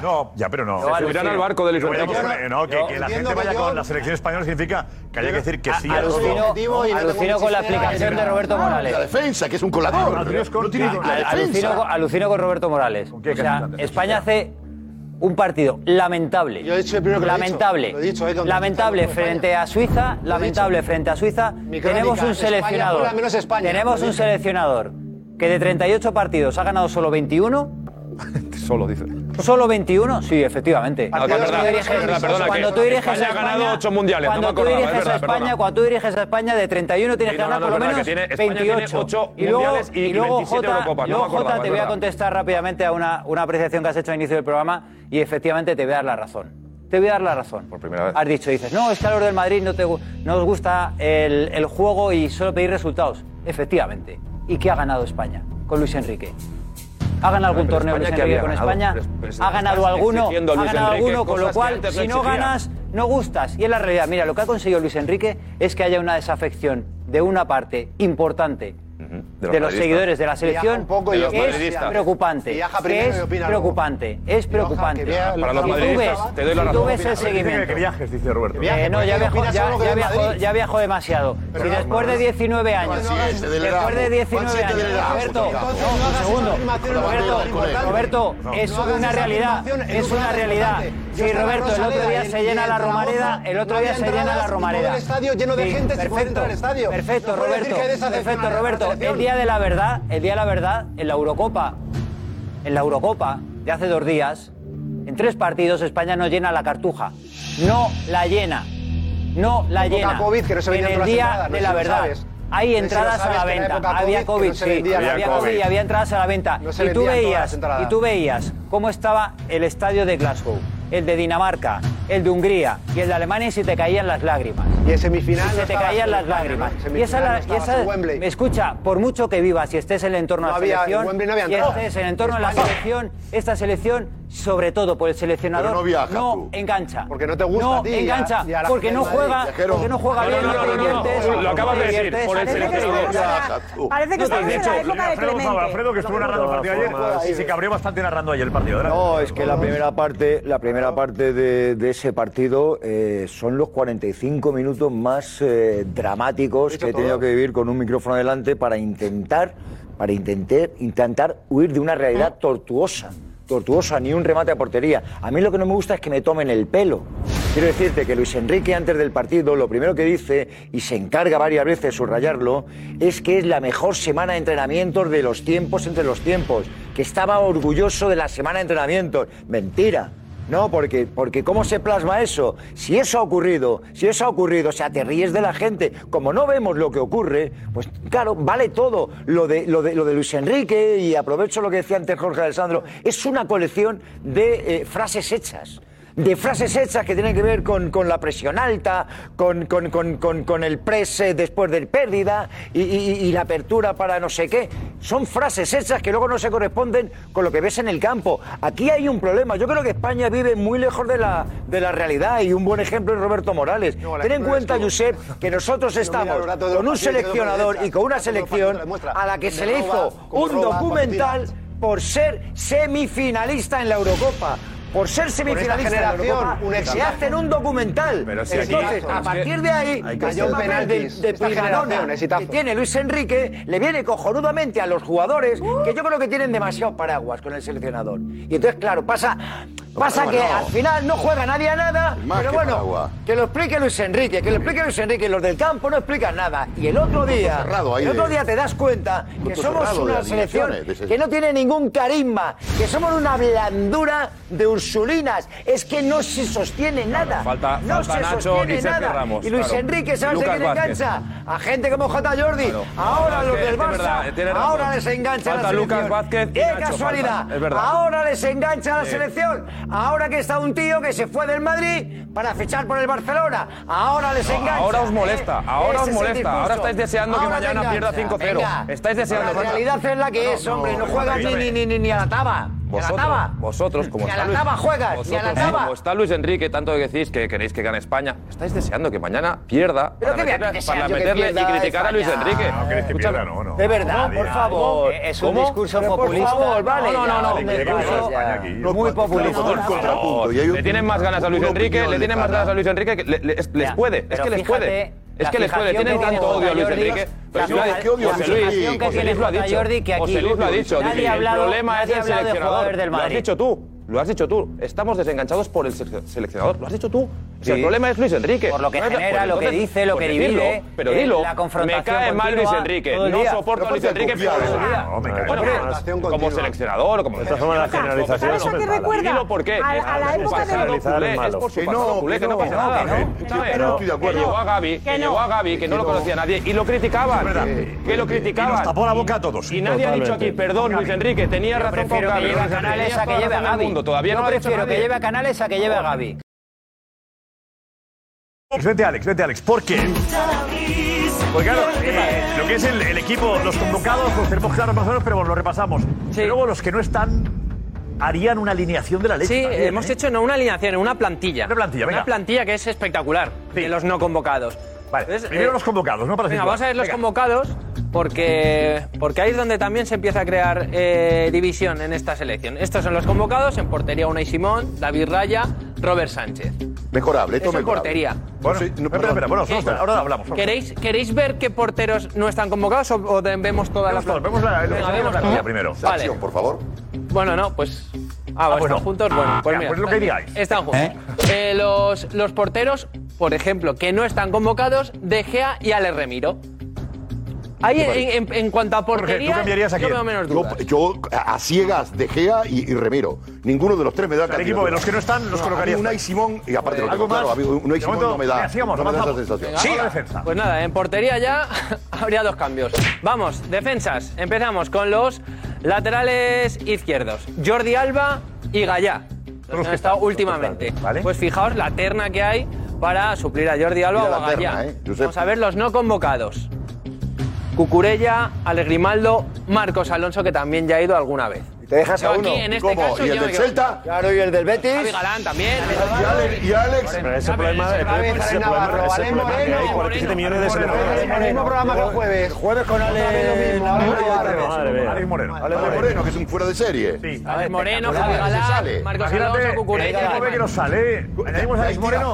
Speaker 5: No, ya, pero no.
Speaker 3: Se subirán al barco de Luis
Speaker 5: No,
Speaker 3: Enrique.
Speaker 5: no, No, que, que la gente vaya con la selección española significa que haya que decir que sí a todo.
Speaker 4: Alucino, alucino con la explicación de Roberto Morales.
Speaker 15: La defensa, que es un colador.
Speaker 3: Ah,
Speaker 15: No tiene ni- la
Speaker 4: Al-
Speaker 15: defensa.
Speaker 4: alucino, con- alucino con Roberto Morales. O sea, España hace un partido lamentable.
Speaker 16: Yo he dicho el primero que lo he
Speaker 4: lamentable.
Speaker 16: dicho. Lo he dicho, eh, donde
Speaker 4: lamentable
Speaker 16: está, no fue
Speaker 4: frente a Suiza,
Speaker 16: he
Speaker 4: lamentable
Speaker 16: dicho.
Speaker 4: frente a Suiza.
Speaker 16: crónica,
Speaker 4: Tenemos un
Speaker 16: España
Speaker 4: seleccionador.
Speaker 16: juega menos España,
Speaker 4: tenemos
Speaker 16: lo
Speaker 4: un
Speaker 16: dije.
Speaker 4: seleccionador que de 38 partidos ha ganado solo 21.
Speaker 3: Solo dice.
Speaker 4: Solo 21, sí, efectivamente.
Speaker 3: Ah, que es verdad,
Speaker 4: Cuando tú
Speaker 3: es verdad,
Speaker 4: diriges-
Speaker 3: perdona, que
Speaker 4: Cuando tú diriges a
Speaker 3: España ha
Speaker 4: España-
Speaker 3: ganado ocho mundiales, no me
Speaker 4: cuando tú
Speaker 3: acordaba, es
Speaker 4: diriges a
Speaker 3: verdad, perdona.
Speaker 4: España, cuando tú diriges a España de 31 tienes
Speaker 3: Sí,
Speaker 4: que
Speaker 3: no,
Speaker 4: ganar
Speaker 3: no,
Speaker 4: por lo
Speaker 3: es verdad,
Speaker 4: menos
Speaker 3: que tiene- España tiene
Speaker 4: 28.
Speaker 3: ocho
Speaker 4: y luego,
Speaker 3: mundiales y
Speaker 4: y luego
Speaker 3: 27
Speaker 4: Jota,
Speaker 3: Eurocopas, no
Speaker 4: luego
Speaker 3: me acordaba,
Speaker 4: Jota, te
Speaker 3: es
Speaker 4: voy a
Speaker 3: verdad.
Speaker 4: contestar rápidamente a una, una apreciación que has hecho al inicio del programa y efectivamente te voy a dar la razón. Te voy a dar la razón. Por
Speaker 3: primera vez.
Speaker 4: Has dicho, dices, no, es que a los del Madrid no, te, gu- no os gusta el, el juego y solo pedir resultados. Efectivamente. ¿Y qué ha ganado España con Luis Enrique? ¿Ha ganado algún
Speaker 3: pero
Speaker 4: torneo
Speaker 3: España,
Speaker 4: Luis Enrique
Speaker 3: ¿qué había
Speaker 4: con
Speaker 3: ganado?
Speaker 4: España?
Speaker 3: Pero- pero se
Speaker 4: ¿Ha
Speaker 3: le
Speaker 4: ganado
Speaker 3: estás
Speaker 4: alguno?
Speaker 3: exigiendo a
Speaker 4: ¿Ha
Speaker 3: Luis
Speaker 4: ganado
Speaker 3: Enrique
Speaker 4: alguno? Con
Speaker 3: cosas
Speaker 4: lo
Speaker 3: que
Speaker 4: cual,
Speaker 3: antes no
Speaker 4: si no
Speaker 3: exigía.
Speaker 4: ganas, no gustas. Y es la realidad. Mira, lo que ha conseguido Luis Enrique es que haya una desafección de una parte importante de los,
Speaker 3: madridistas.
Speaker 4: seguidores de la
Speaker 3: Viaja
Speaker 4: selección
Speaker 3: un poco y
Speaker 4: que
Speaker 3: los
Speaker 4: es
Speaker 3: madridistas.
Speaker 4: preocupante.
Speaker 3: Viaja
Speaker 4: que
Speaker 3: primero
Speaker 4: es
Speaker 3: y opina luego.
Speaker 4: preocupante. Es preocupante.
Speaker 3: vea lo Para los que
Speaker 4: Si tú
Speaker 3: madridistas,
Speaker 4: ves-
Speaker 3: te doy la
Speaker 4: si
Speaker 3: razón.
Speaker 4: tú ves el
Speaker 5: Dice que-
Speaker 4: seguimiento.
Speaker 5: Que viajes, dice Roberto.
Speaker 4: Eh,
Speaker 15: pues,
Speaker 4: no, ya viajó, ya, ya viajó- ya viajó demasiado. si después de 19 años,
Speaker 15: Juan siete del
Speaker 4: después de
Speaker 15: Erasmus.
Speaker 4: 19
Speaker 15: Juan siete del
Speaker 4: años,
Speaker 15: Erasmus,
Speaker 4: Roberto,
Speaker 15: por
Speaker 4: no,
Speaker 15: favor.
Speaker 4: un segundo,
Speaker 15: afirmación
Speaker 4: Roberto,
Speaker 15: importante.
Speaker 4: Roberto,
Speaker 15: No.
Speaker 4: es
Speaker 15: No hagas
Speaker 4: una
Speaker 15: esa
Speaker 4: realidad,
Speaker 15: afirmación,
Speaker 4: es
Speaker 15: es
Speaker 4: una
Speaker 15: una
Speaker 4: realidad.
Speaker 15: importante.
Speaker 4: Sí,
Speaker 15: Yo estaba en
Speaker 4: Roberto, el otro
Speaker 15: Rosaleda,
Speaker 4: día
Speaker 15: en-
Speaker 4: se llena
Speaker 15: en
Speaker 4: la
Speaker 15: Zaragoza,
Speaker 4: Romareda, el otro
Speaker 15: no
Speaker 4: día
Speaker 15: había
Speaker 4: se llena la
Speaker 15: entradas,
Speaker 4: Romareda.
Speaker 15: ningún estadio lleno de
Speaker 4: Sí,
Speaker 15: gente, se puede entrar al estadio.
Speaker 4: Perfecto,
Speaker 15: No puedes decir
Speaker 4: Roberto,
Speaker 15: que hay desafección
Speaker 4: perfecto,
Speaker 15: a la
Speaker 4: Roberto.
Speaker 15: selección.
Speaker 4: El día de la verdad, el día de la verdad, en la Eurocopa, en la Eurocopa de hace dos días, en tres partidos España no llena la cartuja. No la llena. No la
Speaker 16: Época
Speaker 4: llena.
Speaker 16: COVID, que no se
Speaker 4: en
Speaker 16: vendían
Speaker 4: el
Speaker 16: todas las
Speaker 4: día
Speaker 16: entradas, no
Speaker 4: de
Speaker 16: sé
Speaker 4: la
Speaker 16: si lo
Speaker 4: verdad.
Speaker 16: sabes. No
Speaker 4: Hay
Speaker 16: sé si lo
Speaker 4: entradas a
Speaker 16: sabes,
Speaker 4: la
Speaker 16: que en la
Speaker 4: venta.
Speaker 16: época
Speaker 4: había
Speaker 16: COVID, que
Speaker 4: COVID,
Speaker 16: no se
Speaker 4: sí.
Speaker 16: vendían las
Speaker 4: había
Speaker 16: entradas.
Speaker 4: COVID y había entradas a la venta.
Speaker 16: No se
Speaker 4: y tú
Speaker 16: vendían todas las
Speaker 4: veías,
Speaker 16: entradas.
Speaker 4: y tú veías cómo estaba el estadio de Glasgow, el de Dinamarca, el de Hungría y el de Alemania y se te caían las lágrimas.
Speaker 16: Y en semifinal
Speaker 4: Y
Speaker 16: no
Speaker 4: se te
Speaker 16: estaba
Speaker 4: caían
Speaker 16: su
Speaker 4: las
Speaker 16: España,
Speaker 4: lágrimas.
Speaker 16: ¿no? En
Speaker 4: Y esa,
Speaker 16: semifinal
Speaker 4: la-
Speaker 16: no
Speaker 4: y
Speaker 16: estaba
Speaker 4: esa-
Speaker 16: su Wembley.
Speaker 4: escucha, por mucho que vivas y estés en el entorno de
Speaker 16: No
Speaker 4: la
Speaker 16: había- en
Speaker 4: selección,
Speaker 16: Wembley no había
Speaker 4: y
Speaker 16: entrada.
Speaker 4: estés en el entorno de la selección, esta selección, sobre todo por el seleccionador,
Speaker 16: Pero no viajas
Speaker 4: engancha. Porque
Speaker 16: no te gusta
Speaker 4: No
Speaker 16: a ti y a-
Speaker 4: engancha,
Speaker 16: y a la
Speaker 4: porque
Speaker 16: gente
Speaker 4: no
Speaker 16: de Madrid.
Speaker 4: juega,
Speaker 16: Viajero.
Speaker 4: porque no juega
Speaker 16: No, no,
Speaker 4: bien,
Speaker 16: no,
Speaker 4: no
Speaker 16: no,
Speaker 4: te
Speaker 16: no,
Speaker 4: diviertes,
Speaker 16: no, lo
Speaker 4: no
Speaker 16: acabas
Speaker 4: te
Speaker 16: de decir,
Speaker 4: diviertes.
Speaker 16: por el
Speaker 4: Parece que
Speaker 16: seleccionador.
Speaker 4: estamos en la-
Speaker 6: Parece que
Speaker 5: No,
Speaker 6: estamos en la época de
Speaker 5: Alfredo, por favor,
Speaker 6: Clemente.
Speaker 5: Alfredo, que estuvo narrando el partido ayer, se cabreó bastante narrando ayer el partido. ¿verdad?
Speaker 7: No, es que la primera parte, la primera parte de, de ese partido eh, son los 45 minutos más eh, dramáticos que he tenido que vivir con un micrófono delante para intentar, para intentar, intentar huir de una realidad tortuosa. Tortuosa, ni un remate a portería. A mí lo que no me gusta es que me tomen el pelo. Quiero decirte que Luis Enrique antes del partido lo primero que dice, y se encarga varias veces de subrayarlo, es que es la mejor semana de entrenamientos de los tiempos entre los tiempos, que estaba orgulloso de la semana de entrenamientos. Mentira. No, porque, porque ¿cómo se plasma eso? Si eso ha ocurrido, si eso ha ocurrido, o sea, te ríes de la gente, como no vemos lo que ocurre, pues claro, vale todo. Lo de, lo de, lo de Luis Enrique, y aprovecho lo que decía antes Jorge Alessandro, es una colección de eh, frases hechas. de frases hechas que tienen que ver con, con la presión alta, con, con- con- con- con el press eh, después del pérdida y, y- y la apertura para no sé qué. Son frases hechas que luego no se corresponden con lo que ves en el campo. Aquí hay un problema. Yo creo que España vive muy lejos de la, de la realidad y un buen ejemplo es Roberto Morales. Ten en
Speaker 16: la culpa eres
Speaker 7: cuenta,
Speaker 16: tú.
Speaker 7: Josep, que nosotros
Speaker 16: mira
Speaker 7: estamos
Speaker 16: los datos de
Speaker 7: con
Speaker 16: los
Speaker 7: un
Speaker 16: partidos que
Speaker 7: seleccionador
Speaker 16: demuestra,
Speaker 7: y con una
Speaker 16: los partidos que
Speaker 7: selección
Speaker 16: demuestra.
Speaker 7: a la que se le
Speaker 16: Donde roba,
Speaker 7: hizo
Speaker 16: como
Speaker 7: un
Speaker 16: roba, como
Speaker 7: documental por ser semifinalista en la Eurocopa. Por ser
Speaker 16: esta
Speaker 7: semifinalista en la
Speaker 16: generación,
Speaker 7: Eurocopa,
Speaker 16: un
Speaker 7: se
Speaker 16: exitazo.
Speaker 7: hacen un documental.
Speaker 16: Pero si aquí-
Speaker 7: Entonces, a partir de ahí,
Speaker 16: Hay que
Speaker 7: cayó un
Speaker 16: ser-
Speaker 7: penal de,
Speaker 16: penaltis,
Speaker 7: de
Speaker 16: esta
Speaker 7: Primadonna
Speaker 16: generación, exitazo.
Speaker 7: que tiene Luis Enrique, le viene cojonudamente a los jugadores que yo creo que tienen demasiado paraguas con el seleccionador. Y entonces, claro, pasa... Pasa
Speaker 15: paraguas
Speaker 7: que
Speaker 15: no.
Speaker 7: al final no juega nadie a nada,
Speaker 15: Más
Speaker 7: pero
Speaker 15: que
Speaker 7: bueno,
Speaker 15: paraguas.
Speaker 7: que lo explique Luis Enrique, que lo explique Luis Enrique. Los del campo no explican nada. Y el otro
Speaker 15: Grupo
Speaker 7: día,
Speaker 15: cerrado ahí
Speaker 7: el otro
Speaker 15: de-
Speaker 7: día te das cuenta que
Speaker 15: Grupo
Speaker 7: somos
Speaker 15: cerrado de
Speaker 7: una
Speaker 15: alineaciones,
Speaker 7: selección
Speaker 15: de ese-
Speaker 7: que no tiene ningún carisma, que somos una blandura de ursulinas. Es que no se sostiene nada.
Speaker 17: falta-
Speaker 7: no
Speaker 17: falta
Speaker 7: se
Speaker 17: Nacho
Speaker 7: sostiene
Speaker 17: y Sergio
Speaker 7: nada.
Speaker 17: Ramos,
Speaker 7: y Luis
Speaker 17: claro.
Speaker 7: Enrique, ¿sabes de
Speaker 17: Lucas
Speaker 7: quién
Speaker 17: Vázquez.
Speaker 7: engancha? A gente como J. Jordi. ahora
Speaker 17: no,
Speaker 7: los
Speaker 17: es que
Speaker 7: del
Speaker 17: es
Speaker 7: Barça.
Speaker 17: verdad, tienes razón.
Speaker 7: ahora les engancha la
Speaker 17: Falta
Speaker 7: selección.
Speaker 17: Lucas Vázquez y
Speaker 7: ¡Qué
Speaker 17: Nacho,
Speaker 7: casualidad!
Speaker 17: falta, es verdad.
Speaker 7: Ahora les engancha la
Speaker 17: Sí.
Speaker 7: selección. Ahora que está un tío que se fue del Madrid para fichar por el Barcelona. Ahora les
Speaker 17: No,
Speaker 7: engancha.
Speaker 17: ahora os molesta,
Speaker 7: ¿eh?
Speaker 17: ahora
Speaker 7: Ese
Speaker 17: os
Speaker 7: es el
Speaker 17: molesta,
Speaker 7: discurso.
Speaker 17: ahora estáis deseando que
Speaker 7: Ahora te
Speaker 17: mañana pierda
Speaker 7: engancha.
Speaker 17: 5-0.
Speaker 7: Venga.
Speaker 17: Estáis deseando,
Speaker 7: La
Speaker 17: venga.
Speaker 7: realidad es la que es, hombre. No, juegas ni,
Speaker 17: escúchame.
Speaker 7: ni, ni, ni, ni a la taba. Ni a la
Speaker 3: Vosotros,
Speaker 7: taba.
Speaker 3: vosotros, como
Speaker 7: Ni a
Speaker 3: está
Speaker 7: la
Speaker 3: Luis-
Speaker 7: taba juegas, ni a la
Speaker 3: vosotros,
Speaker 7: taba.
Speaker 3: como está Luis Enrique, tanto que decís que queréis que gane España, estáis deseando que mañana pierda
Speaker 7: Pero
Speaker 3: para
Speaker 7: qué voy a
Speaker 3: meterle,
Speaker 7: desear
Speaker 3: para
Speaker 7: yo que
Speaker 3: meterle y
Speaker 7: pierda
Speaker 3: criticar a Luis
Speaker 7: España.
Speaker 3: Enrique.
Speaker 7: No,
Speaker 5: queréis que
Speaker 3: Escucha-
Speaker 5: pierda,
Speaker 17: ¿eh?
Speaker 5: no, no.
Speaker 7: De verdad,
Speaker 5: Nadie.
Speaker 7: por favor.
Speaker 5: Eh,
Speaker 4: es un discurso
Speaker 7: Pero
Speaker 4: populista.
Speaker 7: Por favor, vale.
Speaker 4: No, no,
Speaker 7: ya,
Speaker 4: no, no.
Speaker 7: un
Speaker 5: Tiene que
Speaker 7: discurso
Speaker 5: perder España aquí.
Speaker 7: Muy populista.
Speaker 3: Por favor, Le tienen más ganas a Luis
Speaker 7: una
Speaker 3: Enrique,
Speaker 7: opinión
Speaker 3: le tienen más
Speaker 7: lejana.
Speaker 3: ganas a Luis Enrique, que le- le- es- les
Speaker 7: Ya,
Speaker 3: puede, es
Speaker 7: pero
Speaker 3: que les
Speaker 7: fíjate
Speaker 3: puede. Es
Speaker 7: la
Speaker 3: que les puede,
Speaker 7: fijación
Speaker 3: tienen
Speaker 7: que tiene
Speaker 3: tanto odio a Luis
Speaker 7: Jota Jordi,
Speaker 3: Enrique.
Speaker 7: la
Speaker 3: Pero si
Speaker 7: fija-
Speaker 3: no, José Luis,
Speaker 7: la fijación que tiene
Speaker 3: José Luis lo ha
Speaker 7: Jota
Speaker 3: dicho.
Speaker 7: Jordi, que aquí
Speaker 3: José Luis lo ha dicho.
Speaker 7: nadie
Speaker 3: dice,
Speaker 7: ha hablado-
Speaker 3: el problema
Speaker 7: nadie
Speaker 3: es
Speaker 7: ha
Speaker 3: el
Speaker 7: hablado de
Speaker 3: seleccionador.
Speaker 7: jugadores del
Speaker 3: Lo has
Speaker 7: Madrid.
Speaker 3: dicho tú, lo has dicho tú. Estamos desenganchados por el sele- seleccionador, lo has dicho tú. O sea,
Speaker 7: Sí.
Speaker 3: el problema es Luis Enrique.
Speaker 7: Por lo que
Speaker 3: No es-
Speaker 7: genera, lo que dice, lo que
Speaker 3: decirlo,
Speaker 7: divide,
Speaker 3: Pero
Speaker 7: eh,
Speaker 3: Pues dilo,
Speaker 7: la confrontación
Speaker 3: me cae mal
Speaker 7: continua
Speaker 3: Luis Enrique,
Speaker 7: todo el
Speaker 3: no
Speaker 7: día.
Speaker 3: soporto a
Speaker 7: Pero
Speaker 3: Luis
Speaker 7: ponte
Speaker 3: Enrique,
Speaker 7: confiado, ¿verdad?
Speaker 3: pero- No, me cae
Speaker 7: Bueno,
Speaker 3: mal.
Speaker 7: confrontación
Speaker 3: como seleccionador, como
Speaker 8: Estas son las generalizaciones.
Speaker 3: Pero eso que
Speaker 8: malas.
Speaker 3: recuerda Dilo por qué, a- a es la por su época de- pasado
Speaker 8: Generalizar
Speaker 3: culé,
Speaker 8: es malo.
Speaker 3: es por su Que pasado no, culé, que que no no, pasa que no, nada. que no. ¿Sabes?
Speaker 8: Pero-
Speaker 3: Que llegó a Gaby, que llegó a Gaby, que no lo conocía nadie, y lo criticaban. Que lo criticaban.
Speaker 5: Y nos tapó la boca a todos.
Speaker 3: Y nadie ha dicho aquí, perdón, Luis Enrique, tenías razón con
Speaker 4: prefiero que
Speaker 3: Gaby.
Speaker 4: lleve a
Speaker 3: Luis Enrique,
Speaker 4: Canales
Speaker 3: tenías
Speaker 4: a que
Speaker 3: toda la
Speaker 4: lleve a
Speaker 3: razón del
Speaker 4: Gaby.
Speaker 3: mundo, Todavía
Speaker 4: Yo
Speaker 3: no lo ha dicho
Speaker 4: prefiero
Speaker 3: nadie.
Speaker 4: que lleve a Canales a que lleve a Gaby.
Speaker 5: Alex, vete Alex, vete Alex. ¿Por qué? Porque claro, eh, lo que es el, el equipo, los convocados, los tenemos claros más o menos, pero bueno, lo repasamos. Pero luego los que no están harían una alineación de la leche.
Speaker 1: Sí,
Speaker 5: también, ¿eh?
Speaker 1: hemos hecho no una alineación, una plantilla. Una plantilla,
Speaker 5: venga.
Speaker 1: Una plantilla que es espectacular de los no convocados. Vale,
Speaker 5: primero los convocados, ¿no? Para
Speaker 1: venga,
Speaker 5: situar.
Speaker 1: vamos a ver los
Speaker 5: Venga.
Speaker 1: convocados porque, porque ahí es donde también se empieza a crear eh, división en esta selección. Estos son los convocados, en portería Unai Simón, David Raya, Robert Sánchez.
Speaker 15: Mejorable, esto
Speaker 1: Eso en
Speaker 15: mejorable.
Speaker 1: portería.
Speaker 15: Bueno, sí, no, perdón.
Speaker 1: ¿Qué- ¿Queréis, ¿Queréis ver qué porteros no están convocados o, o de- vemos toda la plantilla?
Speaker 5: Vemos la,
Speaker 1: Venga,
Speaker 5: la-
Speaker 1: vemos
Speaker 5: la-
Speaker 1: todo.
Speaker 5: la- primero.
Speaker 1: Vale. Acción,
Speaker 15: por favor.
Speaker 1: Bueno, no, pues. Ah, bueno.
Speaker 5: bueno.
Speaker 1: ¿Están juntos? Bueno, pues
Speaker 5: Ah,
Speaker 1: mira.
Speaker 5: pues lo que
Speaker 1: están-
Speaker 5: digáis.
Speaker 1: Están juntos. Eh, los, los porteros, por ejemplo, que no están convocados, De Gea y Ale Remiro. Ahí, en, en- en cuanto a portería, yo veo menos dudas.
Speaker 15: Yo, yo, a a ciegas, De Gea y, y Remiro. Ninguno de los tres me da
Speaker 5: el equipo de los que no están, los colocaría.
Speaker 15: Una y Simón, y aparte lo
Speaker 5: ¿Algo
Speaker 15: tengo claro,
Speaker 5: más?
Speaker 15: a mí Unai
Speaker 5: De
Speaker 15: Simón
Speaker 5: momento,
Speaker 15: no me da,
Speaker 5: venga, sigamos,
Speaker 15: no me da esa
Speaker 5: avanzamos.
Speaker 15: sensación.
Speaker 5: Venga, vamos a la defensa.
Speaker 1: Pues nada, en portería ya habría dos cambios. Vamos, defensas. Empezamos con los laterales izquierdos. Jordi Alba y Gallá. Los que han estado últimamente. Pues fijaos la terna que hay para suplir a Jordi Alba
Speaker 15: Mira
Speaker 1: o
Speaker 15: la
Speaker 1: a
Speaker 15: terna,
Speaker 1: Gallá.
Speaker 15: eh, Josep.
Speaker 1: Vamos a ver los no convocados. Cucurella, Alegrimaldo, Marcos Alonso, que también ya ha ido alguna vez.
Speaker 7: ¿Te dejas
Speaker 1: Yo
Speaker 7: a
Speaker 1: aquí,
Speaker 7: uno?
Speaker 1: en este
Speaker 7: ¿Cómo?
Speaker 1: caso,
Speaker 7: ¿Y
Speaker 1: yo
Speaker 7: el
Speaker 1: me
Speaker 7: del
Speaker 1: quedo-
Speaker 7: Celta? Claro, y el del Betis.
Speaker 1: Javi Galán también.
Speaker 7: Y Alex- y Alex.
Speaker 16: Pero ese problema es el Navarro, Alex Moreno.
Speaker 8: 47 millones de senadores.
Speaker 16: El mismo programa que el jueves. Jueves con Alex
Speaker 15: Alex Moreno. Alex Moreno, que es un fuera de serie. Sí.
Speaker 1: Alex Moreno,
Speaker 15: espectacular,
Speaker 1: Javi
Speaker 15: que se
Speaker 1: Galán,
Speaker 15: sale.
Speaker 1: Marcos
Speaker 15: Imagínate,
Speaker 1: Alonso,
Speaker 15: el
Speaker 1: Cucurella.
Speaker 15: equipo
Speaker 1: Alemán.
Speaker 15: ve que no sale.
Speaker 5: Añadimos a Alex Moreno.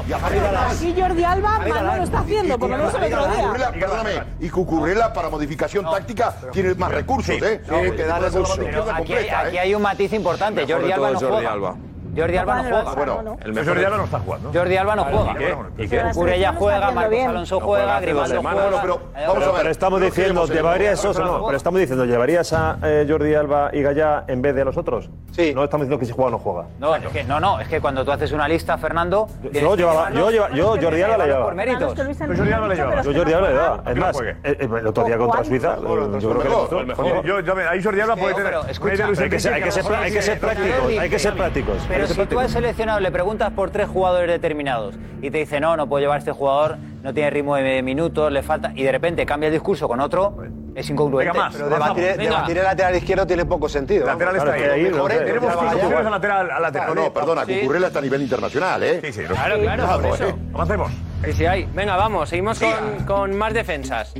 Speaker 6: Aquí Jordi Alba
Speaker 15: Ahí
Speaker 6: mal no lo está haciendo, por lo menos el otro día.
Speaker 15: Cucurella, perdóname, y Cucurella para modificación táctica tiene más recursos, ¿eh?
Speaker 13: Tiene que dar
Speaker 15: Puede hacer una
Speaker 13: recursos.
Speaker 15: izquierda
Speaker 13: Pero aquí-
Speaker 15: completa,
Speaker 13: aquí
Speaker 15: ¿eh?
Speaker 13: hay un matiz importante.
Speaker 15: Mejor
Speaker 13: Jordi
Speaker 15: de
Speaker 13: Alba no
Speaker 15: todos Jordi
Speaker 13: juega.
Speaker 15: Alba.
Speaker 13: Jordi Alba no juega.
Speaker 15: Bueno, el mejor
Speaker 5: Jordi Alba no está jugando.
Speaker 13: Jordi Alba no juega.
Speaker 8: ¿Y qué?
Speaker 13: Curella juega,
Speaker 8: haciendo
Speaker 13: Marcos
Speaker 8: bien.
Speaker 13: Alonso
Speaker 8: No juega
Speaker 13: juega,
Speaker 8: hace dos
Speaker 13: Grimaldo
Speaker 8: semanas.
Speaker 13: juega.
Speaker 8: Bueno, pero Pero, pero estamos diciendo, ¿llevarías eso no? Pero estamos diciendo, ¿llevarías a eh, Jordi Alba y Gallá en vez de a los otros? Sí. No estamos diciendo que si juega o no juega.
Speaker 13: No, es que, no, no, es que cuando tú haces una lista, Fernando. tienes
Speaker 8: Yo
Speaker 13: que
Speaker 8: llevaba, yo,
Speaker 13: llevarlos-
Speaker 8: lleva- yo Jordi Alba le llevaba.
Speaker 13: Por méritos.
Speaker 8: Yo Jordi Alba le llevaba. Yo Jordi Alba le llevaba. Es más, eh, eh, el otro día contra Suiza, eh, yo creo que le costó.
Speaker 5: Yo, yo, ahí Jordi Alba puede tener.
Speaker 8: Pero hay que ser- hay que ser prá- hay que ser prácticos, hay que ser prácticos.
Speaker 13: Pero
Speaker 4: Pero si tú al seleccionado le preguntas por tres jugadores determinados y te dice, no, no puedo llevar a este jugador, no tiene ritmo de minutos, le falta. Y de repente cambia el discurso con otro, es incongruente.
Speaker 16: Venga, más. Pero debatir,
Speaker 4: Venga.
Speaker 16: debatir el lateral izquierdo tiene poco sentido.
Speaker 5: Lateral está ahí. Tenemos
Speaker 16: Tenemos
Speaker 5: cinco jugadores al lateral. al lateral.
Speaker 15: No, no, perdona,
Speaker 5: Sí.
Speaker 15: Cucurrella está a nivel internacional, ¿eh? Sí, sí.
Speaker 5: Claro, claro, por eso.
Speaker 15: Avancemos.
Speaker 1: Y si hay. Venga, vamos, seguimos con, con más defensas.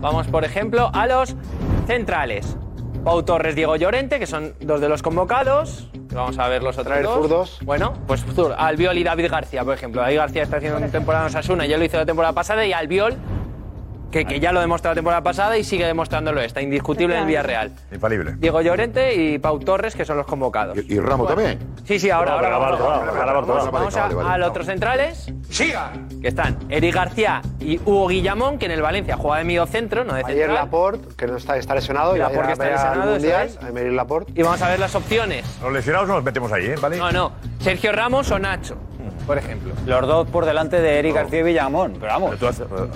Speaker 1: Vamos, por ejemplo, a los centrales. Pau Torres, Diego Llorente, que son dos de los convocados. Vamos a ver los otros
Speaker 16: Traer
Speaker 1: dos.
Speaker 16: zurdos.
Speaker 1: Bueno, pues Zur, Albiol y David García, por ejemplo. David García está haciendo una temporada en Osasuna, ya lo hizo la temporada pasada, y Albiol, que, que ya lo demostró la temporada pasada y sigue demostrándolo, está indiscutible en el Villarreal.
Speaker 5: Infalible.
Speaker 1: Diego Llorente y Pau Torres, que son los convocados.
Speaker 15: Y Ramos también.
Speaker 1: Sí, sí, ahora. ahora
Speaker 15: Pero va
Speaker 1: vamos,
Speaker 15: al otro lado,
Speaker 1: vamos,
Speaker 15: va al otro lado.
Speaker 1: vamos
Speaker 15: Vale, vale,
Speaker 1: a, a los otros centrales. ¡Siga! Que están Eric García y Hugo Guillamón, que en el Valencia juega de medio centro, no de
Speaker 16: Ayer
Speaker 1: central.
Speaker 16: Laporte, que no está, está lesionado, y
Speaker 1: Laporte
Speaker 16: va a
Speaker 1: está
Speaker 16: llegar al
Speaker 1: lesionado, eso
Speaker 16: mundial,
Speaker 1: es.
Speaker 16: a venir Laporte.
Speaker 1: Y vamos a ver las opciones.
Speaker 5: Los lesionados nos metemos ahí, ¿eh? ¿Vale?
Speaker 1: No, no. Sergio Ramos o Nacho, por ejemplo.
Speaker 4: Los dos por delante de Eric García y Villamón. Pero vamos,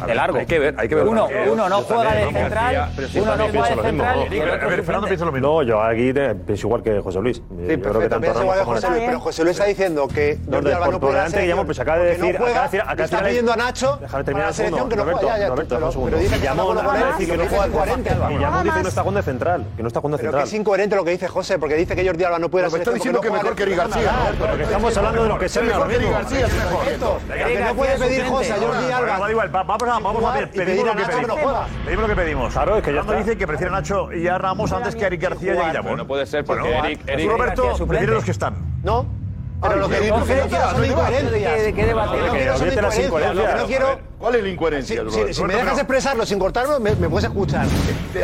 Speaker 4: de largo.
Speaker 3: hay que ver, hay que ver.
Speaker 4: Uno,
Speaker 3: Yo-
Speaker 4: uno no
Speaker 3: yo
Speaker 4: juega
Speaker 3: también,
Speaker 4: de
Speaker 3: ¿no?
Speaker 4: central,
Speaker 3: García, pero sí,
Speaker 4: uno no
Speaker 3: también
Speaker 4: juega de
Speaker 3: pienso lo mismo,
Speaker 4: central
Speaker 3: ¿no?
Speaker 4: y el otro
Speaker 5: Fernando piensa lo mismo.
Speaker 8: No, yo aquí eh, pienso igual que José Luis.
Speaker 16: Sí,
Speaker 8: yo creo que
Speaker 16: perfecto,
Speaker 8: tanto
Speaker 16: piensa
Speaker 8: Ramos
Speaker 16: igual que
Speaker 8: como
Speaker 16: José
Speaker 8: Nacho.
Speaker 16: Luis, pero José Luis está diciendo que
Speaker 8: Los
Speaker 16: Jordi
Speaker 8: de
Speaker 16: Alba no
Speaker 8: por, por
Speaker 16: puede ir a la
Speaker 8: delante,
Speaker 16: selección,
Speaker 8: Guillamón, pues acaba de
Speaker 16: porque no
Speaker 8: decir.
Speaker 16: juega,
Speaker 8: acaba de decir- acaba
Speaker 16: y
Speaker 8: de
Speaker 16: está
Speaker 8: decir-
Speaker 16: pidiendo a Nacho
Speaker 8: Déjame
Speaker 16: para
Speaker 8: terminar
Speaker 16: la
Speaker 8: un segundo.
Speaker 16: selección que no
Speaker 8: Roberto,
Speaker 16: juega, ya, ya,
Speaker 8: Roberto,
Speaker 16: pero-
Speaker 8: déjame un segundo.
Speaker 16: pero dice que
Speaker 8: Guillamón
Speaker 16: no juega
Speaker 8: acaba de
Speaker 16: más,
Speaker 8: decir que
Speaker 16: que no
Speaker 8: no juega de
Speaker 16: juega
Speaker 8: central.
Speaker 16: 40.
Speaker 8: Guillamón dice que no está jugando de central. Que no está jugando de
Speaker 16: Pero que
Speaker 8: central.
Speaker 16: es incoherente lo que dice José, porque dice que Jordi Alba no puede ir a la
Speaker 8: Pero me está
Speaker 16: selección
Speaker 8: diciendo
Speaker 16: porque
Speaker 8: que
Speaker 16: no
Speaker 8: mejor
Speaker 16: juega
Speaker 8: que Eric
Speaker 16: nada.
Speaker 8: García,
Speaker 16: Pero
Speaker 8: porque estamos hablando de lo que
Speaker 16: es
Speaker 8: sea ahora mismo.
Speaker 16: Lo que no puede pedir José a Jordi Alba.
Speaker 5: Da igual, va- vamos a, vamos a ver,
Speaker 16: Y pedir
Speaker 5: pedimos
Speaker 16: a
Speaker 5: lo que
Speaker 16: Nacho que no
Speaker 5: pedimos.
Speaker 16: juega.
Speaker 5: Pedimos lo que pedimos. Claro, es que ya dice que prefiere a Nacho y a Ramos antes que a Eric García y a Guillamón.
Speaker 3: No puede ser, porque
Speaker 5: Bueno,
Speaker 3: Eric,
Speaker 5: tú,
Speaker 3: Eric-
Speaker 5: Roberto,
Speaker 3: García es
Speaker 5: prefiere
Speaker 3: suplente.
Speaker 5: los que están.
Speaker 16: No, pero lo que digo que no quiero son incoherencias.
Speaker 5: ¿De qué debate?
Speaker 16: Lo que no quiero son
Speaker 5: Olvídate las
Speaker 16: incoherencias. Lo que no
Speaker 5: incoherencias.
Speaker 16: quiero...
Speaker 15: ¿Cuál es la incoherencia?
Speaker 16: Si- Si, me dejas expresarlo sin cortarlo, me, me puedes escuchar.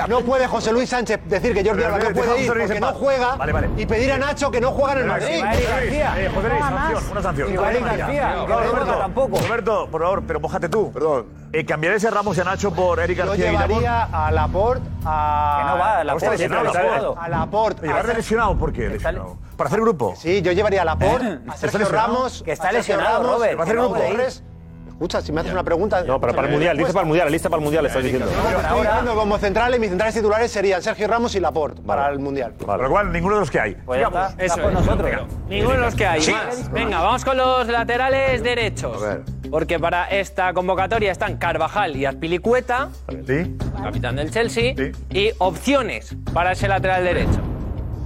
Speaker 16: No puede José Luis Sánchez decir que Jordi
Speaker 5: Pero,
Speaker 16: Alba
Speaker 5: pero,
Speaker 16: no puede
Speaker 5: dejamos
Speaker 16: ir
Speaker 5: a Luis en
Speaker 16: porque no
Speaker 5: paz.
Speaker 16: juega
Speaker 5: Vale, vale.
Speaker 16: y pedir a Nacho que no juega en el
Speaker 5: Pero,
Speaker 16: Madrid.
Speaker 5: eh, José Luis, eh, José Luis, sanción, una sanción.
Speaker 16: Igual
Speaker 5: José Luis,
Speaker 16: García,
Speaker 5: ya.
Speaker 16: y que
Speaker 5: No,
Speaker 16: no
Speaker 5: Roberto,
Speaker 16: juega tampoco.
Speaker 5: Roberto, por favor, pero mojate tú. Perdón. Eh, ¿Cambiaré ese Ramos y a Nacho por Eric
Speaker 16: Yo
Speaker 5: García y Guillamón?
Speaker 16: llevaría a Laporte a...
Speaker 5: Que no va, Laporte
Speaker 16: Está lesionado,
Speaker 5: siempre está
Speaker 16: Laporte. A Laporte.
Speaker 5: Llevarle lesionado, ¿por qué? Lesionado. ¿Para hacer grupo?
Speaker 16: Sí, yo llevaría a Laporte, a
Speaker 5: ¿Está
Speaker 16: Sergio
Speaker 5: lesionado?
Speaker 16: Ramos...
Speaker 5: Que
Speaker 4: está
Speaker 16: a Sergio
Speaker 4: lesionado,
Speaker 16: Ramos,
Speaker 4: Robert,
Speaker 16: Va a hacer
Speaker 4: que no
Speaker 16: un
Speaker 4: puede ir.
Speaker 16: Torres. Escucha, si me haces una pregunta...
Speaker 8: No, pero para el mundial, dice para el mundial, la lista para el mundial, le estás diciendo.
Speaker 16: Yo estoy diciendo como centrales, mis centrales titulares serían Sergio Ramos y Laporte para el Mundial.
Speaker 5: Por lo cual, ninguno de los que hay.
Speaker 8: Pues
Speaker 5: Digamos.
Speaker 1: Eso es. Ninguno de los que hay.
Speaker 5: Sí.
Speaker 1: Más. Venga, vamos con los laterales derechos. Porque para esta convocatoria están Carvajal y Azpilicueta,
Speaker 5: Sí.
Speaker 1: capitán del Chelsea, y opciones para ese lateral derecho.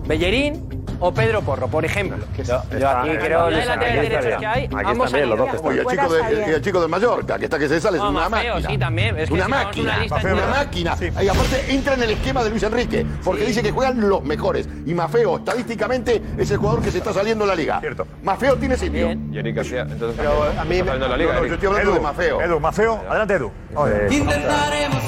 Speaker 1: Bellerín o Pedro Porro, por ejemplo.
Speaker 4: Yo aquí creo
Speaker 1: Los laterales derechos que hay, ambos han ido ya.
Speaker 15: Oye, el chico, de, el chico de Mallorca, que está que se sale, es
Speaker 1: No,
Speaker 15: una
Speaker 1: Mafeo,
Speaker 15: máquina.
Speaker 1: sí, también. Es que
Speaker 15: una
Speaker 1: si vamos a
Speaker 15: máquina.
Speaker 1: una lista
Speaker 15: Mafeo, una
Speaker 1: entera.
Speaker 15: máquina. Y aparte entra en el esquema de Luis Enrique, porque dice que juegan los mejores. Y Mafeo, estadísticamente, es el jugador que se está saliendo de la liga. Cierto. Mafeo tiene sitio.
Speaker 3: Y Eric García, entonces.
Speaker 15: Pero
Speaker 3: está
Speaker 15: a mí me-
Speaker 3: saliendo de la liga,
Speaker 15: No, no,
Speaker 3: Eric.
Speaker 15: yo estoy hablando de Mafeo.
Speaker 5: Edu, Mafeo, adelante, Edu.
Speaker 10: Intentaremos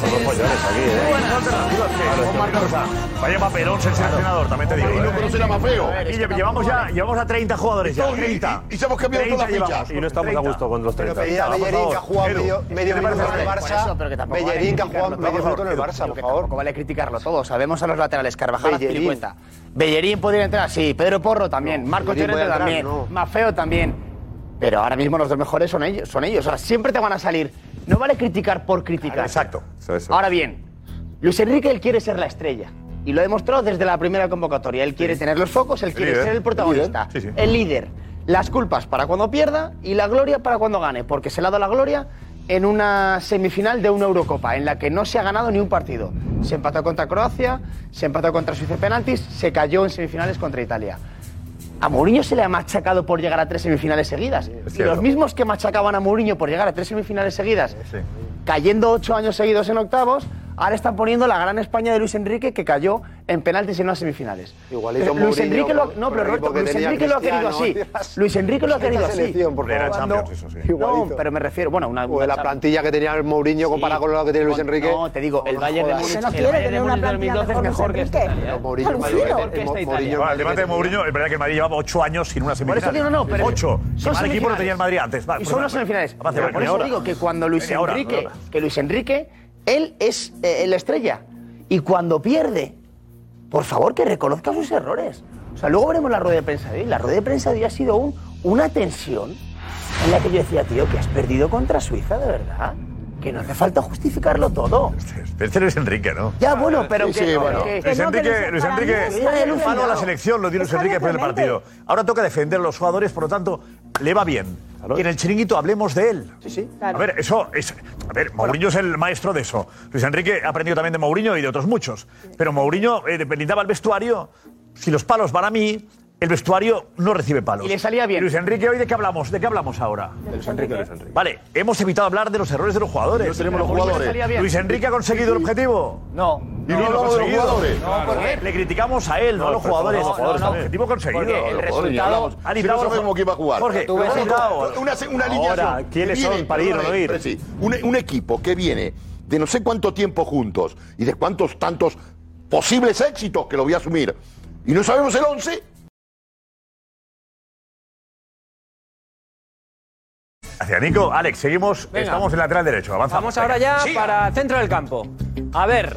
Speaker 5: Vaya papelón ser seleccionador, también te digo. ¿eh?
Speaker 15: no conocer a Mafeo.
Speaker 5: Y lle- llevamos ya llevamos a 30 jugadores ya.
Speaker 15: Y- y-
Speaker 5: 30.
Speaker 15: y se hemos cambiado todas las fichas.
Speaker 8: Y no estamos a gusto con los
Speaker 16: Pero
Speaker 8: 30.
Speaker 16: pedir a
Speaker 8: Por
Speaker 16: Bellerín, que ha
Speaker 8: favor.
Speaker 16: jugado
Speaker 8: Edu,
Speaker 16: medio,
Speaker 8: ¿qué
Speaker 16: medio
Speaker 8: te
Speaker 16: minuto
Speaker 8: parece
Speaker 5: este?
Speaker 16: en el
Speaker 8: Por eso,
Speaker 16: Barça.
Speaker 17: pero que tampoco vale
Speaker 16: Bellerín, que ha jugado
Speaker 17: criticarlo,
Speaker 16: medio
Speaker 17: por
Speaker 16: minuto en el
Speaker 17: favor.
Speaker 16: Barça, por
Speaker 17: Que
Speaker 16: favor.
Speaker 17: Tampoco vale criticarlo todo. Sabemos a los laterales. Carvajal,
Speaker 16: Bellerín.
Speaker 17: Azpilicueta. Bellerín podría entrar, sí. Pedro Porro también.
Speaker 16: No,
Speaker 17: Marcos
Speaker 16: Bellerín
Speaker 17: Llorente
Speaker 16: puede entrar,
Speaker 17: también.
Speaker 16: no.
Speaker 17: Mafeo también. Pero ahora mismo los dos mejores son ellos. Son ellos. O sea, siempre te van a salir. No vale criticar por criticar. Exacto. Ahora bien, Luis Enrique él quiere ser la estrella. Y lo ha demostrado desde la primera convocatoria. Él quiere tener los focos, él quiere
Speaker 5: líder,
Speaker 17: ser el
Speaker 5: el
Speaker 17: protagonista.
Speaker 5: líder, sí, sí.
Speaker 17: El líder. Las culpas para cuando pierda y la gloria para cuando gane. Porque se le ha dado la gloria en una semifinal de una Eurocopa en la que no se ha ganado ni un partido. Se empató contra Croacia, se empató contra Suiza en penaltis, se cayó en semifinales contra Italia. A Mourinho se le ha machacado por llegar a tres semifinales seguidas. Y
Speaker 5: cierto.
Speaker 17: los mismos que machacaban a Mourinho por llegar a tres semifinales seguidas, cayendo ocho años seguidos en octavos, ahora están poniendo la gran España de Luis Enrique que cayó en penaltis en las semifinales.
Speaker 16: Igualito
Speaker 17: Pero Luis
Speaker 16: Mourinho
Speaker 17: Enrique lo ha,
Speaker 16: con-
Speaker 17: no,
Speaker 16: con
Speaker 17: pero
Speaker 16: el equipo
Speaker 17: Roberto,
Speaker 16: que
Speaker 17: Luis
Speaker 16: tenía
Speaker 17: Enrique lo ha querido así.
Speaker 16: Cristiano,
Speaker 17: Luis Enrique lo ha
Speaker 16: Esta
Speaker 17: querido así.
Speaker 16: selección, por
Speaker 17: Cuando-
Speaker 16: favor.
Speaker 17: No, pero me refiero, bueno, una,
Speaker 16: O de la plantilla que tenía el Mourinho comparada con la que tiene Luis Enrique.
Speaker 17: No, te digo, el Bayern de
Speaker 16: jodas.
Speaker 17: Múnich
Speaker 16: No
Speaker 17: el
Speaker 16: quiere
Speaker 17: Bayern de
Speaker 16: tener una
Speaker 17: Múnich del
Speaker 16: plantilla
Speaker 17: 2012 es mejor que este ¿eh? esta Italia.
Speaker 16: Mourinho,
Speaker 17: Alucino.
Speaker 16: Mourinho,
Speaker 17: Porque esta
Speaker 16: Mourinho,
Speaker 17: Italia.
Speaker 5: Bueno, el debate de Mourinho, el verdad que el Madrid llevaba 8 años sin una
Speaker 17: Por
Speaker 5: semifinal.
Speaker 17: eso digo, no, no, pero.
Speaker 5: 8.
Speaker 17: Son
Speaker 5: el equipo lo
Speaker 17: semifinales.
Speaker 5: tenía el Madrid antes.
Speaker 18: pues
Speaker 17: y son las semifinales.
Speaker 5: Avance,
Speaker 17: Pero
Speaker 5: vale,
Speaker 17: por
Speaker 5: media
Speaker 17: eso
Speaker 5: hora.
Speaker 17: digo que cuando Luis
Speaker 5: Media hora,
Speaker 17: Enrique.
Speaker 5: media hora.
Speaker 17: que Luis Enrique, él es eh, la estrella. Y cuando pierde, por favor que reconozca sus errores. O sea, luego veremos la rueda de prensa de hoy. La rueda de prensa de hoy ha sido un, una tensión en la que yo decía, tío, que has perdido contra Suiza, de verdad. que no hace falta justificarlo todo.
Speaker 5: Pero este no es Enrique, ¿no?
Speaker 17: Ya, bueno, pero
Speaker 5: Sí,
Speaker 17: que-
Speaker 5: sí, bueno.
Speaker 17: que-
Speaker 5: Luis
Speaker 17: que no, que
Speaker 5: Enrique,
Speaker 17: no,
Speaker 5: Luis
Speaker 17: para
Speaker 5: Enrique
Speaker 17: mí está bien
Speaker 5: el ufano a la
Speaker 17: ofendido.
Speaker 5: selección, lo dio Luis
Speaker 17: Está
Speaker 5: Enrique
Speaker 17: bien
Speaker 5: después del
Speaker 17: ofendido.
Speaker 5: partido. Ahora toca defender a los jugadores, por lo tanto, le va bien. Y en el chiringuito hablemos de él. Sí, sí. A ver, eso es. A ver, Mourinho es el maestro de eso. Luis Enrique ha aprendido también de Mourinho y de otros muchos. Pero Mourinho eh, dependaba el vestuario. Si los palos van a mí, el vestuario no recibe palos. Y le salía bien. Luis Enrique, ¿hoy de qué hablamos? ¿De qué hablamos ahora?
Speaker 15: Luis Enrique, Luis Enrique.
Speaker 5: Vale, hemos evitado hablar de los errores de los jugadores.
Speaker 15: No tenemos los
Speaker 5: Mourinho
Speaker 15: jugadores.
Speaker 5: salía bien. Luis Enrique ha conseguido el objetivo. No.
Speaker 15: Y no hablamos de los jugadores.
Speaker 5: No, porque le criticamos a él, no, a los jugadores. El objetivo conseguido.
Speaker 15: Porque el resultado.
Speaker 5: Ha
Speaker 15: Si no
Speaker 5: librado-
Speaker 15: sabemos quién va a jugar.
Speaker 5: Jorge,
Speaker 15: Tú ves
Speaker 5: ha
Speaker 15: el-
Speaker 5: librado-
Speaker 15: una, una
Speaker 5: Ahora,
Speaker 15: alineación
Speaker 5: ¿quiénes
Speaker 15: que viene-
Speaker 5: son para ir o no ir?
Speaker 15: perdóname, Presi, Un, e- un equipo que viene de no sé cuánto tiempo juntos y de cuántos tantos posibles éxitos que lo voy a asumir y no sabemos el 11.
Speaker 5: Hacia Nico, Alex, seguimos.
Speaker 1: Venga.
Speaker 5: Estamos en lateral derecho. Avanzamos.
Speaker 1: Vamos ahora
Speaker 5: Venga.
Speaker 1: ya
Speaker 5: Sí.
Speaker 1: para centro del campo. A ver,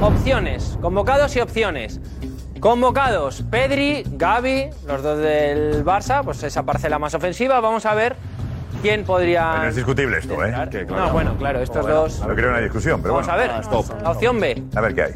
Speaker 1: opciones, convocados y opciones. Convocados, Pedri, Gaby, los dos del Barça, pues esa parcela más ofensiva. Vamos a ver quién
Speaker 5: Pero
Speaker 1: podría...
Speaker 5: es discutible esto, ¿eh?
Speaker 1: No, bueno, claro, estos
Speaker 5: Bueno,
Speaker 1: dos...
Speaker 5: No creo en la discusión, pero
Speaker 1: Vamos
Speaker 5: bueno. Ah,
Speaker 1: a ver, la opción B.
Speaker 5: A ver qué hay.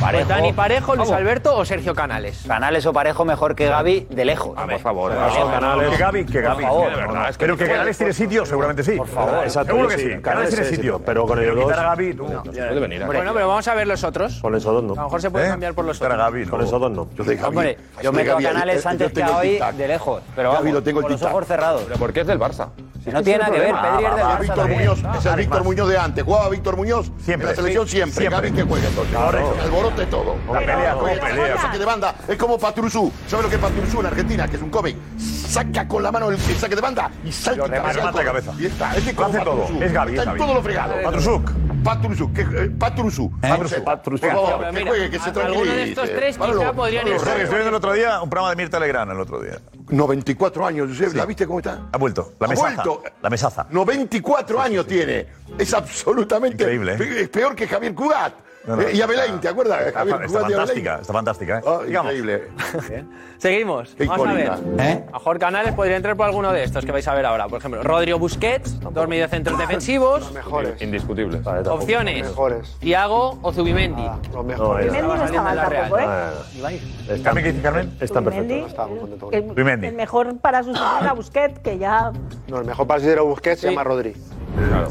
Speaker 1: Parejo. Pues Dani Parejo, Luis Alberto o Sergio Canales.
Speaker 4: Canales o Parejo mejor que Gaby de lejos. por favor.
Speaker 5: Que Gaby, que Gaby.
Speaker 4: Por favor.
Speaker 5: de verdad, pero que Canales tiene sitio, seguramente sí. Por
Speaker 8: favor. Exacto,
Speaker 5: Seguro que
Speaker 8: sí,
Speaker 5: sí.
Speaker 8: Canales
Speaker 5: Canales tiene
Speaker 8: tiene
Speaker 5: sitio.
Speaker 8: sitio, pero con el dos-
Speaker 5: quitar a Gaby, tú.
Speaker 8: puede venir aquí.
Speaker 1: Bueno, pero vamos a ver los otros.
Speaker 8: Con esos dos no.
Speaker 1: A lo mejor se puede cambiar por los
Speaker 5: ¿Eh? Quitar a
Speaker 1: otros.
Speaker 5: Gaby, no.
Speaker 8: Con esos dos no.
Speaker 15: Yo soy Javi.
Speaker 4: Hombre, yo meto a Canales antes que a hoy de lejos. Pero vamos,
Speaker 15: Gaby, lo tengo el
Speaker 4: con los
Speaker 15: tic-tac.
Speaker 4: ojos cerrados.
Speaker 3: Pero porque es del Barça.
Speaker 4: Si no tiene nada que ver, Pedri es del
Speaker 15: Ah,
Speaker 4: Barça
Speaker 15: Víctor
Speaker 4: también.
Speaker 15: Muñoz,
Speaker 4: Ah,
Speaker 15: es el Víctor Muñoz de antes. Jugaba Víctor Muñoz
Speaker 5: Siempre.
Speaker 15: en la selección
Speaker 5: Sí,
Speaker 15: siempre.
Speaker 5: siempre.
Speaker 15: Gaby que juega entonces.
Speaker 5: Ahora
Speaker 15: Ahora
Speaker 5: eso.
Speaker 15: alborote todo.
Speaker 5: La pelea,
Speaker 15: No,
Speaker 5: cómo
Speaker 15: no,
Speaker 5: pelea.
Speaker 15: no, saque de banda. Es como Patrusú. ¿Sabes lo que es Patrusú en Argentina? Que es un cómic. Saca con la mano el el saque de banda y salta.
Speaker 5: Lo remata
Speaker 15: hacia el
Speaker 5: de
Speaker 15: gol.
Speaker 5: cabeza.
Speaker 15: Y está. Es que
Speaker 5: Lo
Speaker 15: como
Speaker 5: hace todo.
Speaker 15: Patrusú.
Speaker 5: Es Gaby, es
Speaker 15: Está en
Speaker 5: Gaby.
Speaker 15: todo lo fregado.
Speaker 5: Patrusuk.
Speaker 15: Patrusú. que- eh, Patrusú. Patrusú. Por favor, que
Speaker 1: Mira,
Speaker 15: juegue, que se
Speaker 1: alguno de
Speaker 15: tranquilice.
Speaker 1: estos tres
Speaker 15: Pablo,
Speaker 1: quizá podrían
Speaker 15: Pablo,
Speaker 1: ir.
Speaker 5: Jorge,
Speaker 15: Jorge,
Speaker 5: estoy viendo el otro día un programa de Mirta Legrand el otro día.
Speaker 15: 94 años, Josep, ¿la viste cómo está?
Speaker 5: Ha vuelto. La
Speaker 15: Ha
Speaker 5: mesaza.
Speaker 15: vuelto.
Speaker 5: La mesaza.
Speaker 15: 94 años tiene. Es absolutamente.
Speaker 5: Increíble, ¿eh?
Speaker 15: pe- Es peor que Javier Cugat.
Speaker 5: No, no,
Speaker 15: Eh, y Abelain,
Speaker 5: está-
Speaker 15: ¿te acuerdas?
Speaker 5: Está,
Speaker 15: Javier
Speaker 5: está
Speaker 15: Cugat y Abelain.
Speaker 5: fantástica, está fantástica, ¿eh?
Speaker 7: Oh,
Speaker 15: Ah,
Speaker 5: Digamos.
Speaker 15: increíble.
Speaker 1: Seguimos.
Speaker 15: Qué
Speaker 1: Vamos a ver.
Speaker 15: icónica.
Speaker 1: A Jorge Canales podría entrar por alguno de estos que vais a ver ahora. Por ejemplo, Rodrigo Busquets, dos
Speaker 5: Ah.
Speaker 1: mediocentros defensivos.
Speaker 3: Mejores. Indiscutibles.
Speaker 1: Opciones. Thiago o Zubimendi.
Speaker 5: Ah,
Speaker 8: No, ya.
Speaker 6: Mendy no estaba
Speaker 1: la Real.
Speaker 6: tampoco, ¿eh?
Speaker 8: Están- Están perfectos.
Speaker 6: Mendy, el-
Speaker 8: Zubimendi.
Speaker 6: el mejor para sustituir a Busquets, que ya
Speaker 16: No, el mejor partido de Busquets se llama Rodri.
Speaker 14: Yo tengo una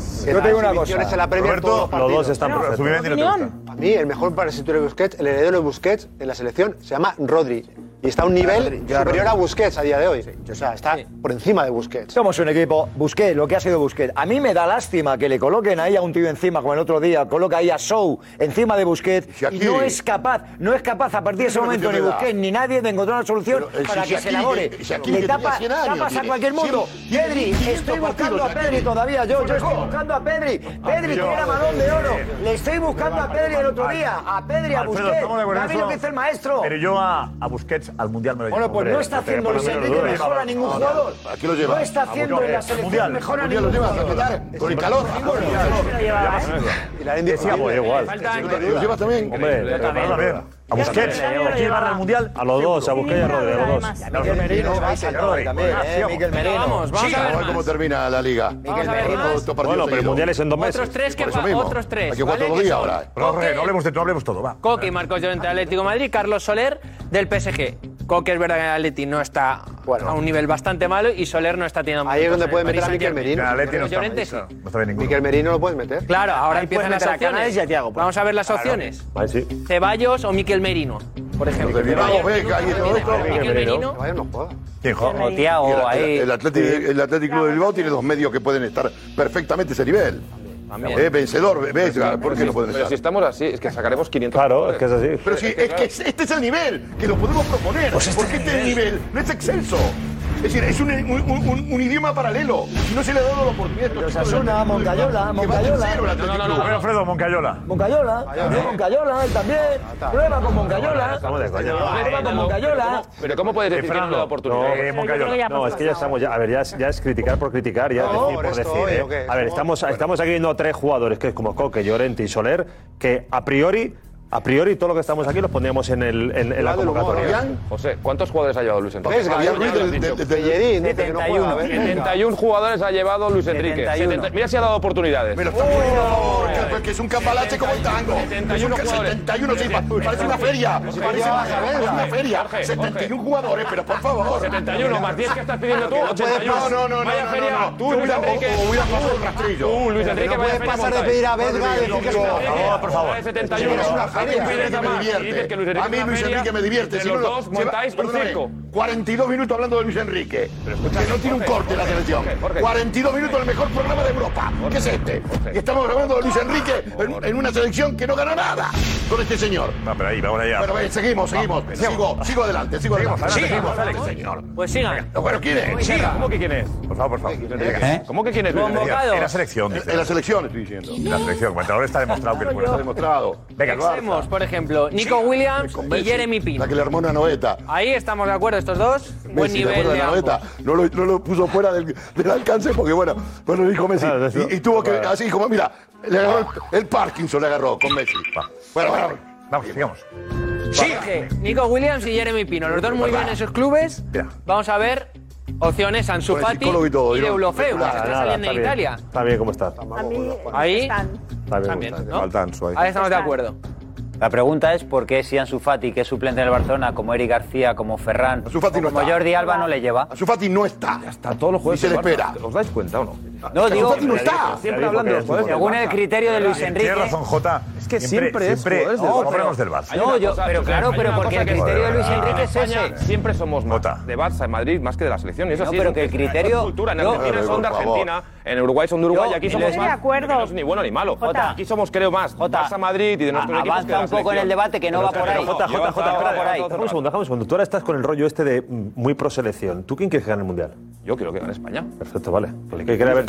Speaker 16: Exhibiciones
Speaker 14: cosa.
Speaker 16: en la Premier,
Speaker 8: Roberto,
Speaker 16: todos los,
Speaker 8: los dos
Speaker 16: partidos.
Speaker 8: están Pero perfectos. Zubimendi no te gusta.
Speaker 16: Opinión. Para mí, el mejor parasitero de Busquets, el heredero de Busquets en la selección, se llama Rodri. Y está a un nivel
Speaker 14: Yo a
Speaker 16: superior
Speaker 14: Rodri.
Speaker 16: a Busquets a día de hoy. O sea, está por encima de Busquets.
Speaker 7: Somos un equipo, Busquets, lo que ha sido Busquets. A mí me da lástima que le coloquen ahí a un tío encima, como el otro día, coloca ahí a Show encima de Busquets. Y
Speaker 15: Shaqiri.
Speaker 7: no es capaz, no es capaz a partir de ese
Speaker 15: Pero
Speaker 7: momento
Speaker 15: ¿qué
Speaker 7: ni
Speaker 15: me da?
Speaker 7: Busquets ni nadie de encontrar una solución
Speaker 15: Pero, eh,
Speaker 7: para
Speaker 15: si
Speaker 7: que se
Speaker 15: Shaqiri,
Speaker 7: elabore.
Speaker 15: que- Shaqiri,
Speaker 7: Le
Speaker 15: que
Speaker 7: tapa,
Speaker 15: tenía 100 años,
Speaker 7: tapas a
Speaker 15: tiene.
Speaker 7: cualquier mundo.
Speaker 15: Siempre-
Speaker 7: Pedri, estoy
Speaker 15: siempre estos
Speaker 7: buscando a
Speaker 15: partidos,
Speaker 7: Pedri
Speaker 15: Shaqiri.
Speaker 7: todavía. Yo,
Speaker 15: Fue
Speaker 7: yo estoy
Speaker 15: mejor.
Speaker 7: buscando a Pedri. Pedri
Speaker 15: yo-
Speaker 7: que era balón de oro. Le estoy buscando a Pedri el otro día. A Pedri, a
Speaker 5: Alfredo,
Speaker 7: Busquets.
Speaker 5: estamos de acuerdo en
Speaker 7: Gavi lo
Speaker 5: eso.
Speaker 7: que dice el maestro.
Speaker 5: Pero yo a, a Busquets al Mundial me lo llevo.
Speaker 7: Bueno, pues no está
Speaker 5: Hombre,
Speaker 7: haciendo Luis
Speaker 5: por lo menos
Speaker 7: Enrique
Speaker 5: duda.
Speaker 7: mejor a ningún
Speaker 5: No, no.
Speaker 7: jugador.
Speaker 15: ¿A quién lo lleva?
Speaker 7: No está haciendo en la selección
Speaker 5: Mundial.
Speaker 7: mejor a
Speaker 15: Mundial
Speaker 7: ningún
Speaker 15: lo llevas a
Speaker 7: jugador.
Speaker 15: Qatar con el calor.
Speaker 16: Y la India-
Speaker 8: Sí, pues igual.
Speaker 15: ¿Lo llevas también?
Speaker 8: Hombre, pero para ver. A Busquets.
Speaker 5: ¿A quién gana el Mundial?
Speaker 8: A los dos, a Busquets y a Rodri, a los dos.
Speaker 7: Miguel Merino va a ser Rodri también, ¿eh? Miguel Merino.
Speaker 1: Vamos, vamos
Speaker 15: Sí,
Speaker 1: a
Speaker 15: a
Speaker 1: ver
Speaker 15: ver cómo
Speaker 1: más.
Speaker 15: termina la liga.
Speaker 1: Vamos a ver
Speaker 15: Todos
Speaker 1: más.
Speaker 15: estos partidos
Speaker 8: Bueno, pero el
Speaker 15: seguidos.
Speaker 8: Mundial es en dos meses.
Speaker 1: Otros tres que
Speaker 15: Por eso
Speaker 1: pa-
Speaker 15: mismo.
Speaker 1: otros tres.
Speaker 15: Hay que jugar
Speaker 1: ¿vale?
Speaker 15: todos los
Speaker 1: Que
Speaker 15: días
Speaker 1: son
Speaker 15: ahora.
Speaker 5: No, Jorge,
Speaker 1: Coque,
Speaker 5: no hablemos de todo, hablemos todo,
Speaker 7: Ah,
Speaker 5: va.
Speaker 1: Coque y Marcos Llorente del Atlético de Madrid, Carlos Soler del PSG. Coque es verdad que el Atleti no está a un nivel bastante malo y Soler no está teniendo
Speaker 16: Ahí es donde puede
Speaker 1: pueden
Speaker 16: meter a Miquel Merino.
Speaker 5: El Atleti no está
Speaker 1: Llorente
Speaker 5: mal,
Speaker 1: sí.
Speaker 5: claro. No está bien ninguno.
Speaker 16: Miquel Merino lo puedes meter.
Speaker 1: Claro, ahora
Speaker 4: Ahí
Speaker 1: empiezan
Speaker 4: puedes
Speaker 1: las
Speaker 4: meter a
Speaker 1: opciones.
Speaker 4: Canales y a Thiago, pues.
Speaker 1: Vamos a ver las opciones.
Speaker 8: Ahí sí.
Speaker 1: Ceballos o Miquel Merino, por ejemplo.
Speaker 15: Bilbao, Beca y todo esto.
Speaker 1: Miquel Merino.
Speaker 16: Vaya, no juega.
Speaker 5: ¿Quién juega?
Speaker 4: O Thiago
Speaker 15: El,
Speaker 4: ahí.
Speaker 15: el Atlético, el Atlético de Bilbao tiene dos medios que pueden estar perfectamente a ese nivel. Eh, vencedor, ves, ¿por qué no pueden
Speaker 3: Pero
Speaker 15: estar?
Speaker 3: si estamos así, es que sacaremos 500
Speaker 8: Claro, es que es así.
Speaker 5: Eh,
Speaker 15: Pero si es que este es el nivel que lo podemos proponer,
Speaker 5: Pues
Speaker 15: porque este nivel no es excelso. Es decir, es un, un- un- un idioma paralelo. Si no se le ha dado la oportunidad. Pero
Speaker 7: Osasuna, Moncayola, Moncayola.
Speaker 5: No, no, no, Alfredo, Moncayola.
Speaker 7: Moncayola, también Moncayola, él también. Prueba con Moncayola.
Speaker 8: Estamos de coña.
Speaker 7: Prueba con Moncayola.
Speaker 3: Pero ¿cómo puedes decir que no le da oportunidad?
Speaker 8: No, No, es que ya estamos, ya, a ver, ya es, ya es criticar por criticar, ya
Speaker 16: No,
Speaker 8: decir
Speaker 16: por
Speaker 8: por
Speaker 16: esto
Speaker 8: decir.
Speaker 16: hoy,
Speaker 8: ¿eh?
Speaker 16: ¿o qué?
Speaker 8: A
Speaker 16: Somos-
Speaker 8: ver, estamos, estamos aquí viendo a tres jugadores, que es como Coque, Llorente y Soler, que a priori A priori, todo lo que estamos aquí los pondríamos en, el, en, en la
Speaker 3: Jugador,
Speaker 8: convocatoria.
Speaker 3: Juan. José, ¿cuántos jugadores ha llevado Luis Enrique?
Speaker 8: Tres, Gabriel Ruiz del- del- del Bellerín, dice que no juega, a ver.
Speaker 3: 71 jugadores ha llevado Luis Enrique.
Speaker 15: 71.
Speaker 3: 70 mira si ha dado oportunidades.
Speaker 15: Que, que es un cambalache como el tango. 71 71, sí, pa- parece una feria.
Speaker 3: Jorge,
Speaker 15: Parece una,
Speaker 3: Jorge,
Speaker 15: parece
Speaker 3: Jorge,
Speaker 15: una feria.
Speaker 3: Jorge, Jorge.
Speaker 15: 71 jugadores, pero por favor.
Speaker 3: 71 más 10 que estás pidiendo tú,
Speaker 15: No, puedes
Speaker 3: 81.
Speaker 15: pasar- no, no, no.
Speaker 3: Vaya
Speaker 15: no,
Speaker 3: feria.
Speaker 15: no, no.
Speaker 3: Tú,
Speaker 15: Yo
Speaker 3: Luis
Speaker 15: hubiera-
Speaker 3: Enrique.
Speaker 15: o- o hubiera pasado el rastrillo.
Speaker 3: Tú, Luis
Speaker 15: Pero
Speaker 3: Enrique,
Speaker 15: no
Speaker 3: vaya
Speaker 15: puedes
Speaker 3: feria
Speaker 15: pasar de
Speaker 3: montáis.
Speaker 15: pedir a Bedga
Speaker 3: Madre
Speaker 15: de
Speaker 3: mía,
Speaker 15: decir que
Speaker 3: no,
Speaker 15: es una
Speaker 3: no,
Speaker 15: feria.
Speaker 3: por favor.
Speaker 15: Es
Speaker 3: 71.
Speaker 15: una
Speaker 3: A mí
Speaker 15: feria.
Speaker 3: Luis Enrique me
Speaker 15: divierte.
Speaker 3: dices que Luis Enrique
Speaker 15: A mí
Speaker 3: es una
Speaker 15: Luis
Speaker 3: feria,
Speaker 15: Enrique me divierte.
Speaker 3: entre
Speaker 15: si no
Speaker 3: los
Speaker 15: lo-
Speaker 3: dos
Speaker 15: lleva-
Speaker 3: montáis un
Speaker 15: perdóname,
Speaker 3: circo.
Speaker 15: 42 minutos hablando de Luis Enrique. Que no tiene un corte la selección. 42 minutos el mejor programa de Europa. ¿Qué es este? Y estamos hablando de Luis Enrique en- en una selección que no ganó nada con este señor.
Speaker 5: No, pero ahí, vamos allá.
Speaker 15: Bueno, ve, seguimos, seguimos.
Speaker 5: Vamos,
Speaker 15: Sigo, sigo adelante, sigo
Speaker 5: Seguimos,
Speaker 15: adelante.
Speaker 5: adelante,
Speaker 15: Seguimos,
Speaker 5: Alex.
Speaker 15: adelante, señor.
Speaker 19: Pues sigan.
Speaker 15: Bueno, ¿quién es?
Speaker 5: Siga.
Speaker 15: ¿Cómo que quién es?
Speaker 5: Por favor, por favor. Luis Enrique.
Speaker 15: ¿Eh?
Speaker 5: ¿Cómo que quién es Luis Enrique? En la selección. dice.
Speaker 15: En la selección, estoy diciendo.
Speaker 5: En la selección. Como entrenador está demostrado que es bueno.
Speaker 15: Está demostrado.
Speaker 5: Venga, el Barça.
Speaker 19: Extremos, por ejemplo, Nico Williams y Jeremy Pin.
Speaker 15: La que le armó una noveta.
Speaker 19: Ahí estamos de acuerdo estos dos. Buen
Speaker 15: Messi, ¿te
Speaker 19: nivel
Speaker 15: acuerdas
Speaker 19: de
Speaker 15: de la
Speaker 19: ambos.
Speaker 15: noveta? No lo, no lo puso fuera del, del alcance porque, bueno, bueno, dijo Messi.
Speaker 8: Ah,
Speaker 15: y, y tuvo que,
Speaker 5: Claro.
Speaker 15: así como, mira, le agarró el, el Parkinson, le agarró con Messi. Bueno, bueno.
Speaker 5: Vamos, sigamos.
Speaker 19: Jorge, Nico Williams y Jeremy Pino. Los dos muy bien en sus clubes. Vamos a ver opciones Ansu
Speaker 8: Con el
Speaker 19: Fati
Speaker 8: Pues, psicólogo y todo,
Speaker 19: y
Speaker 8: yo-
Speaker 19: Deulofeu, que
Speaker 8: Nada,
Speaker 19: se está
Speaker 8: nada,
Speaker 19: saliendo en
Speaker 8: bien.
Speaker 19: Italia.
Speaker 8: Está bien como está. Está
Speaker 19: Ahí,
Speaker 8: bien
Speaker 19: También,
Speaker 8: como está.
Speaker 19: ¿no?
Speaker 8: Falta Ansu ahí.
Speaker 19: ahí estamos de acuerdo.
Speaker 4: La pregunta es por qué si Ansu Fati, que es suplente en el Barcelona, como Eric García, como Ferran, o como
Speaker 15: está.
Speaker 4: Jordi Alba, no le lleva.
Speaker 15: Ansu Fati no está. Ya
Speaker 4: está, todos los
Speaker 15: jueves Ni se le del Barça.
Speaker 4: ¿Os dais cuenta o no? No,
Speaker 15: Ansu
Speaker 4: digo,
Speaker 15: Fati no está.
Speaker 4: siempre hablan de los jugadores del Según el Barça. criterio de Luis Enrique-
Speaker 5: Tienes razón, Jota.
Speaker 4: Es que siempre es
Speaker 5: siempre
Speaker 4: jugadores del
Speaker 5: no,
Speaker 4: Barça.
Speaker 5: hablamos del Barça.
Speaker 4: Hay una No, yo- cosa, pero Josep, claro, hay pero una
Speaker 3: porque el criterio de Luis Enrique es
Speaker 4: España
Speaker 3: ese. Siempre somos más de Barça en Madrid más que de la selección. Y eso
Speaker 4: No,
Speaker 3: sí,
Speaker 4: pero
Speaker 3: es un-
Speaker 4: que el
Speaker 3: es una
Speaker 4: criterio-
Speaker 3: cultura. En
Speaker 4: yo-
Speaker 3: Argentina
Speaker 4: Pero,
Speaker 3: son de
Speaker 4: por favor.
Speaker 3: Argentina, en Uruguay son de Uruguay
Speaker 4: Yo-
Speaker 3: y aquí
Speaker 4: Estoy
Speaker 3: somos
Speaker 4: de
Speaker 3: más.
Speaker 4: acuerdo.
Speaker 3: porque No es ni bueno ni malo.
Speaker 4: Jota.
Speaker 3: Aquí somos, creo, más. Barça Madrid y de nuestros
Speaker 4: A-
Speaker 3: equipos
Speaker 4: avanza
Speaker 3: que de la
Speaker 4: un poco en
Speaker 3: selección.
Speaker 4: el debate, que no va por ahí.
Speaker 3: Pero,
Speaker 4: Jota, Jota, Jota,
Speaker 3: espera,
Speaker 4: va por ahí.
Speaker 3: Jota,
Speaker 8: Dejame un segundo, dejame un segundo. Tú ahora estás con el rollo este de mm, muy pro selección. ¿Tú quién quieres que gane el mundial?
Speaker 3: Yo quiero que gane España.
Speaker 8: Perfecto, vale. Pues hay que querer ver.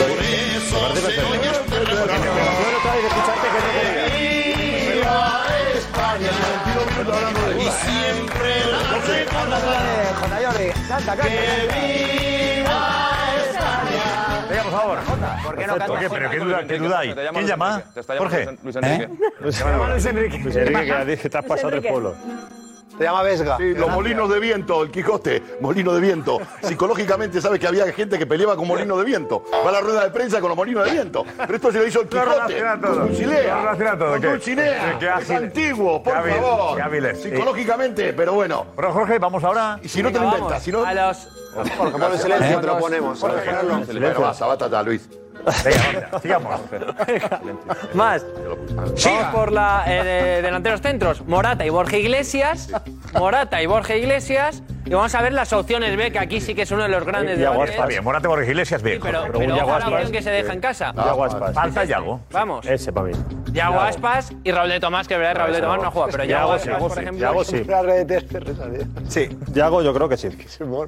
Speaker 10: Y siempre la recordaré. ¡Que viva España!
Speaker 5: Venga, por favor. ¿Por
Speaker 10: qué no cantas?
Speaker 5: Oye, pero qué duda, qué duda hay.
Speaker 3: Te llama
Speaker 5: ¿Quién
Speaker 3: Luis
Speaker 5: llama?
Speaker 3: Enrique, te está llamando
Speaker 5: Jorge.
Speaker 3: Luis Enrique.
Speaker 8: Luis
Speaker 5: Llama Luis Enrique.
Speaker 8: ¿Eh? Luis Enrique, que has dicho, te has pasado tres pueblos.
Speaker 5: Te llama Vesga.
Speaker 15: Sí, los molinos de viento, el Quijote, molino de viento. Psicológicamente sabes que había gente que peleaba con molino de viento. Va a la rueda de prensa con los molinos de viento. Pero esto se lo hizo el
Speaker 5: Lo
Speaker 15: Quijote.
Speaker 5: relaciona todo.
Speaker 15: Con
Speaker 5: Lo
Speaker 15: Dulcinea.
Speaker 5: relaciona todo.
Speaker 15: Con
Speaker 5: ¿qué?
Speaker 15: Dulcinea.
Speaker 5: Qué
Speaker 15: Es
Speaker 5: ágil.
Speaker 15: antiguo, por
Speaker 5: Qué hábil,
Speaker 15: favor.
Speaker 5: qué hábil es.
Speaker 15: Psicológicamente, pero bueno.
Speaker 5: Pero Jorge, vamos ahora.
Speaker 15: Y si no te lo
Speaker 19: Venga,
Speaker 15: inventas,
Speaker 19: vamos
Speaker 15: si no.
Speaker 19: A los...
Speaker 15: Porque
Speaker 19: ponlo en silencio, te lo ponemos.
Speaker 15: Bueno, basta, basta, ya, Luis.
Speaker 5: sigamos.
Speaker 19: Más. Vamos por la eh, de- delanteros centros. Morata y Borja Iglesias. Morata y Borja Iglesias. Y vamos a ver las opciones B, que aquí sí que es uno de los
Speaker 8: Eh,
Speaker 19: grandes
Speaker 5: Yago
Speaker 19: debates.
Speaker 5: está bien. Morate por Iglesias, bien.
Speaker 19: pero-
Speaker 5: Jorge.
Speaker 19: pero ojo a la opción que se deja en casa.
Speaker 5: Yago
Speaker 19: Ah,
Speaker 5: Aspas. Falta Yago.
Speaker 19: Vamos.
Speaker 8: Ese para mí.
Speaker 19: Yago Aspas y Raúl de Tomás, que es verdad, Raúl de Tomás no juega, pero Yago Aspas, por ejemplo.
Speaker 8: Yago sí. Sí. Yago yo creo que sí.
Speaker 19: No,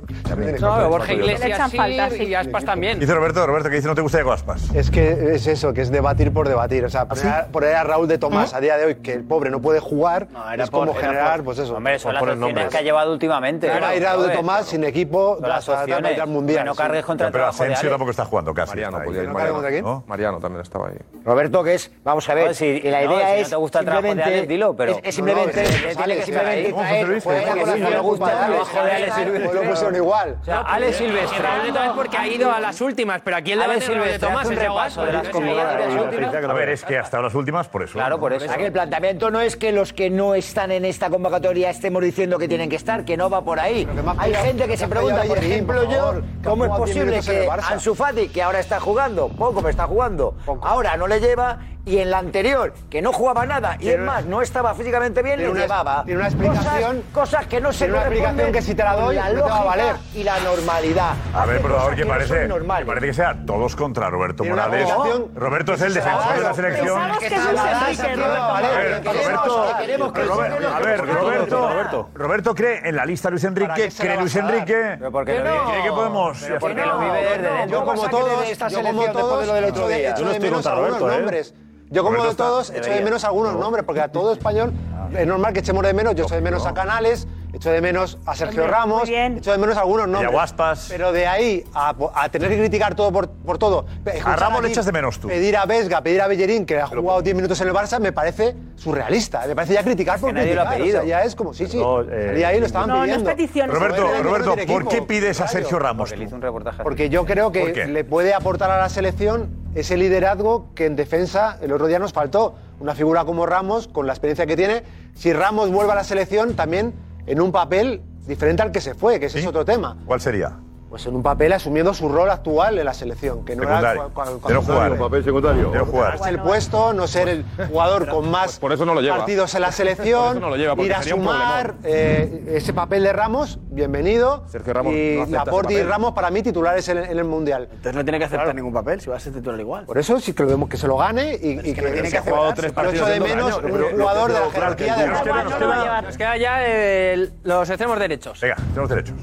Speaker 19: pero Borja
Speaker 8: Yo
Speaker 19: Iglesias
Speaker 17: Le echan
Speaker 19: sí,
Speaker 17: falta, sí.
Speaker 19: y Aspas también.
Speaker 5: Dice Roberto, Roberto, que dice no te gusta Yago Aspas.
Speaker 16: Es que es eso, que es debatir por debatir. O sea, poner, a, poner a Raúl de Tomás a día de hoy, que el pobre no puede jugar,
Speaker 4: era
Speaker 16: es como
Speaker 4: por- era
Speaker 16: generar,
Speaker 4: por-
Speaker 16: pues eso.
Speaker 4: Hombre, son
Speaker 16: por
Speaker 4: las
Speaker 16: poner
Speaker 4: opciones
Speaker 16: nombres.
Speaker 4: que ha llevado últimamente.
Speaker 16: Ahora
Speaker 4: Claro,
Speaker 16: hay Raúl de
Speaker 4: joder.
Speaker 16: Tomás sin equipo,
Speaker 4: Son las
Speaker 16: hasta
Speaker 4: opciones.
Speaker 16: hasta el mundial.
Speaker 4: Que no cargues contra el
Speaker 16: Pero
Speaker 4: trabajo de
Speaker 16: Asensio
Speaker 4: Ale.
Speaker 5: tampoco está jugando casi.
Speaker 3: Mariano,
Speaker 5: está ahí.
Speaker 3: podía ir
Speaker 5: ¿No
Speaker 3: Mariano.
Speaker 5: cargamos aquí?
Speaker 3: ¿No? Mariano también estaba ahí.
Speaker 7: Roberto, que es, vamos a ver,
Speaker 4: No, si-
Speaker 7: la
Speaker 4: no,
Speaker 7: idea
Speaker 4: si no
Speaker 7: es
Speaker 4: te gusta el trabajo de
Speaker 7: simplemente-
Speaker 4: Alex, dilo, pero-
Speaker 7: es, es simplemente,
Speaker 4: No, no, no, tiene que
Speaker 7: simplemente
Speaker 4: estar ahí.
Speaker 7: traer-
Speaker 4: José Luis,
Speaker 7: juega
Speaker 4: que
Speaker 7: con
Speaker 4: sí,
Speaker 7: las
Speaker 4: pues, no
Speaker 7: que
Speaker 4: le
Speaker 7: le
Speaker 4: gusta
Speaker 7: gusta
Speaker 4: el
Speaker 7: a Alex.
Speaker 4: trabajo de Alex Silvestre.
Speaker 7: Pues lo pusieron igual.
Speaker 19: O sea,
Speaker 8: eh,
Speaker 19: Alex Silvestre. Raúl de Tomás porque ha ido a las últimas, pero aquí el
Speaker 4: Alex
Speaker 19: debate de Raúl de
Speaker 4: Silvestre,
Speaker 19: Tomás
Speaker 4: haz un
Speaker 19: es Yago
Speaker 4: repaso
Speaker 19: Aspas.
Speaker 4: de las
Speaker 19: Entonces,
Speaker 4: combinadas.
Speaker 19: Yago-
Speaker 5: A ver, es que hasta las últimas, por eso.
Speaker 4: Claro, por eso.
Speaker 7: O sea, que el planteamiento no es que los que no están en esta convocatoria estemos diciendo que tienen que estar, que no va por ahí. Hay
Speaker 16: pillado-
Speaker 7: gente que
Speaker 16: que
Speaker 7: se
Speaker 16: has
Speaker 7: pregunta,
Speaker 16: pillado
Speaker 7: por
Speaker 16: Bellerín,
Speaker 7: ejemplo
Speaker 16: por favor,
Speaker 7: yo,
Speaker 16: que ha
Speaker 7: cómo es
Speaker 16: jugado diez
Speaker 7: posible
Speaker 16: minutos en el
Speaker 7: que
Speaker 16: Barça.
Speaker 7: Ansu Fati, que ahora está jugando, poco pero está jugando, ahora no le lleva, y en la anterior, que no jugaba nada, y es
Speaker 16: Tiene
Speaker 7: más, no estaba físicamente bien,
Speaker 16: tiene
Speaker 7: le
Speaker 16: una-
Speaker 7: llevaba.
Speaker 16: tiene una
Speaker 7: Cosas-
Speaker 16: explicación-
Speaker 7: Cosas, que no se
Speaker 16: tiene una
Speaker 7: corresponden
Speaker 16: explicación que si te la
Speaker 7: con
Speaker 16: doy, no te va a
Speaker 7: lógica
Speaker 16: valer.
Speaker 7: Y la normalidad.
Speaker 5: A ver,
Speaker 7: Hace
Speaker 5: por favor,
Speaker 7: cosas
Speaker 5: que
Speaker 7: no son
Speaker 5: parece,
Speaker 7: normales.
Speaker 5: que parece que sea todos contra Roberto
Speaker 7: Tiene una
Speaker 5: Morales.
Speaker 7: obligación.
Speaker 5: Roberto es el defensor de la selección.
Speaker 7: Pensamos que Luis Enrique, Roberto
Speaker 5: A ver,
Speaker 7: Morales, que queremos- que queremos que
Speaker 5: Roberto,
Speaker 7: Roberto-
Speaker 5: a ver, Roberto, Roberto, Roberto cree en la lista Luis Enrique, cree Luis Enrique,
Speaker 16: lo vive?
Speaker 5: cree que podemos.
Speaker 16: porque lo vive desde dentro.
Speaker 5: Yo como
Speaker 16: todos,
Speaker 5: de esta
Speaker 16: yo como
Speaker 5: selección
Speaker 16: todos,
Speaker 5: después de lo del
Speaker 16: echo
Speaker 5: otro
Speaker 16: de-
Speaker 5: día.
Speaker 16: echo
Speaker 5: Yo no
Speaker 16: de
Speaker 5: estoy
Speaker 16: menos
Speaker 5: contra
Speaker 16: algunos
Speaker 5: Roberto, ¿eh?
Speaker 16: nombres. Yo como
Speaker 5: Roberto
Speaker 16: de
Speaker 5: está-
Speaker 16: todos echo de
Speaker 5: debería.
Speaker 16: menos algunos nombres, porque a todo español eh, normal que echemos de menos, yo echo de menos a Canales, echo de menos a Sergio
Speaker 17: Hombre, muy
Speaker 16: Ramos, echo de menos a algunos nombres.
Speaker 5: Guaspas.
Speaker 16: Pero de ahí a, po- a tener que criticar todo por, por todo. escuchar
Speaker 5: Ramos le
Speaker 16: aquí
Speaker 5: echas de menos tú.
Speaker 16: Pedir a Vesga, pedir a Bellerín, que ha jugado 10 minutos en el Barça, me parece surrealista. Me parece ya criticar por
Speaker 5: nadie lo ha
Speaker 16: criticar,
Speaker 5: pedido.
Speaker 16: o sea, ya es como, sí, sí.
Speaker 5: eh,
Speaker 16: salía ahí lo estaban
Speaker 6: No, no es
Speaker 16: pidiendo.
Speaker 6: petición, es
Speaker 5: Roberto,
Speaker 16: Era el mejor
Speaker 5: Roberto,
Speaker 16: del
Speaker 5: ¿por qué
Speaker 16: equipo,
Speaker 5: pides a
Speaker 16: Rayo.
Speaker 5: Sergio Ramos? tú?
Speaker 16: Porque yo creo
Speaker 5: ¿Por
Speaker 16: que
Speaker 5: qué?
Speaker 16: le puede aportar a la selección ese liderazgo que en defensa el otro día nos faltó. Una figura como Ramos, con la experiencia que tiene, si Ramos vuelve a la selección también en un papel diferente al que se fue, que ese es otro tema.
Speaker 5: ¿Cuál sería?
Speaker 16: Pues en un papel asumiendo su rol actual en la selección, que no
Speaker 5: Secundario.
Speaker 16: era cua- cua-
Speaker 5: De no jugar.
Speaker 16: cuando-
Speaker 5: papel secundario. De no jugar.
Speaker 16: ganarse el puesto, no ser el jugador con más
Speaker 3: por eso no lo lleva.
Speaker 16: partidos en la
Speaker 3: Por
Speaker 16: selección,
Speaker 3: eso no lo lleva, porque
Speaker 16: ir a
Speaker 3: sería un
Speaker 16: sumar eh, ese papel de Ramos, bienvenido.
Speaker 3: Sergio Ramos
Speaker 16: y
Speaker 3: no acepta ese
Speaker 16: Laporte y
Speaker 3: papel.
Speaker 16: Ramos para mí titulares en, el- en el Mundial.
Speaker 18: Entonces no tiene que aceptar ningún papel, si va a ser titular igual.
Speaker 16: Por eso sí que lo vemos que se lo gane y, y que,
Speaker 18: tiene
Speaker 16: se
Speaker 18: que
Speaker 16: juega
Speaker 18: jugar
Speaker 16: otro
Speaker 18: tres
Speaker 16: partido. Pero
Speaker 18: partidos
Speaker 16: echo de
Speaker 18: en dos
Speaker 16: menos
Speaker 18: años,
Speaker 16: un
Speaker 18: pero-
Speaker 16: jugador de la
Speaker 18: pero claro que
Speaker 16: jerarquía de
Speaker 18: nos
Speaker 16: Ramos.
Speaker 18: queda- nos queda-
Speaker 1: Nos queda ya eh, los extremos derechos.
Speaker 5: Venga, extremos derechos.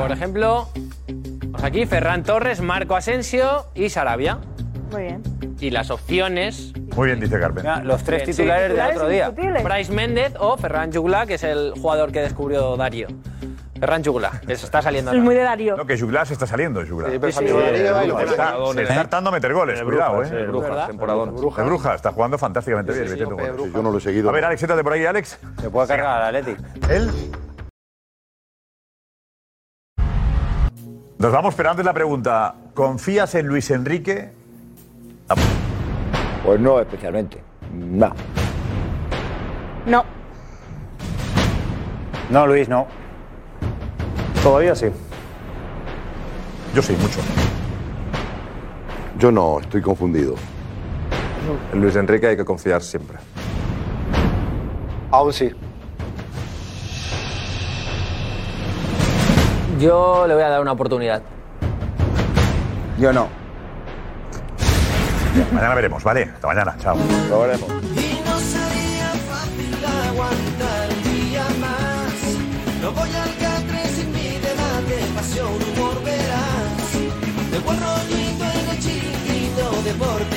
Speaker 1: Por ejemplo, pues aquí Ferran Torres, Marco Asensio y Sarabia.
Speaker 6: Muy bien.
Speaker 1: Y las opciones.
Speaker 5: Muy bien, dice Carmen.
Speaker 1: los
Speaker 4: tres titulares del otro día.
Speaker 1: Bryce Méndez o Ferran Jugla, que es el jugador que descubrió Darío. Ferran Jugla, que se está saliendo. ahora.
Speaker 6: de Darío.
Speaker 5: No, que Juglar se está saliendo, Juglar.
Speaker 1: Sí, pero Sí, salió sí, Darío
Speaker 5: Está-
Speaker 1: y lo ponen
Speaker 5: está,
Speaker 1: ahí.
Speaker 5: se está hartando a meter goles,
Speaker 3: Sí,
Speaker 5: cuidado,
Speaker 3: Brujas,
Speaker 5: eh.
Speaker 3: sí, Brujas, ¿Verdad? temporadón.
Speaker 5: Bruja. Bruja, está jugando fantásticamente bien. metiendo goles.
Speaker 15: Yo no lo he seguido.
Speaker 5: A ver, Alex, siéntate por ahí, Alex.
Speaker 18: Se puede cargar al Atleti.
Speaker 5: Él. Nos vamos, pero antes la pregunta. ¿Confías en Luis Enrique? Ah.
Speaker 7: Pues no especialmente. No.
Speaker 6: No.
Speaker 20: No, Luis, no.
Speaker 8: Todavía sí.
Speaker 5: Yo sí, mucho.
Speaker 15: Yo no, estoy confundido.
Speaker 3: En Luis Enrique hay que confiar siempre.
Speaker 16: Aún sí.
Speaker 19: Yo le voy a dar una oportunidad.
Speaker 7: Yo no.
Speaker 5: Mañana veremos, ¿vale? Hasta mañana, chao.
Speaker 7: Lo veremos.
Speaker 10: Y no sería fácil aguantar un día más. No voy al catre sin mi debate, pasión, humor verás. De buen rollito en el chiquito deporte.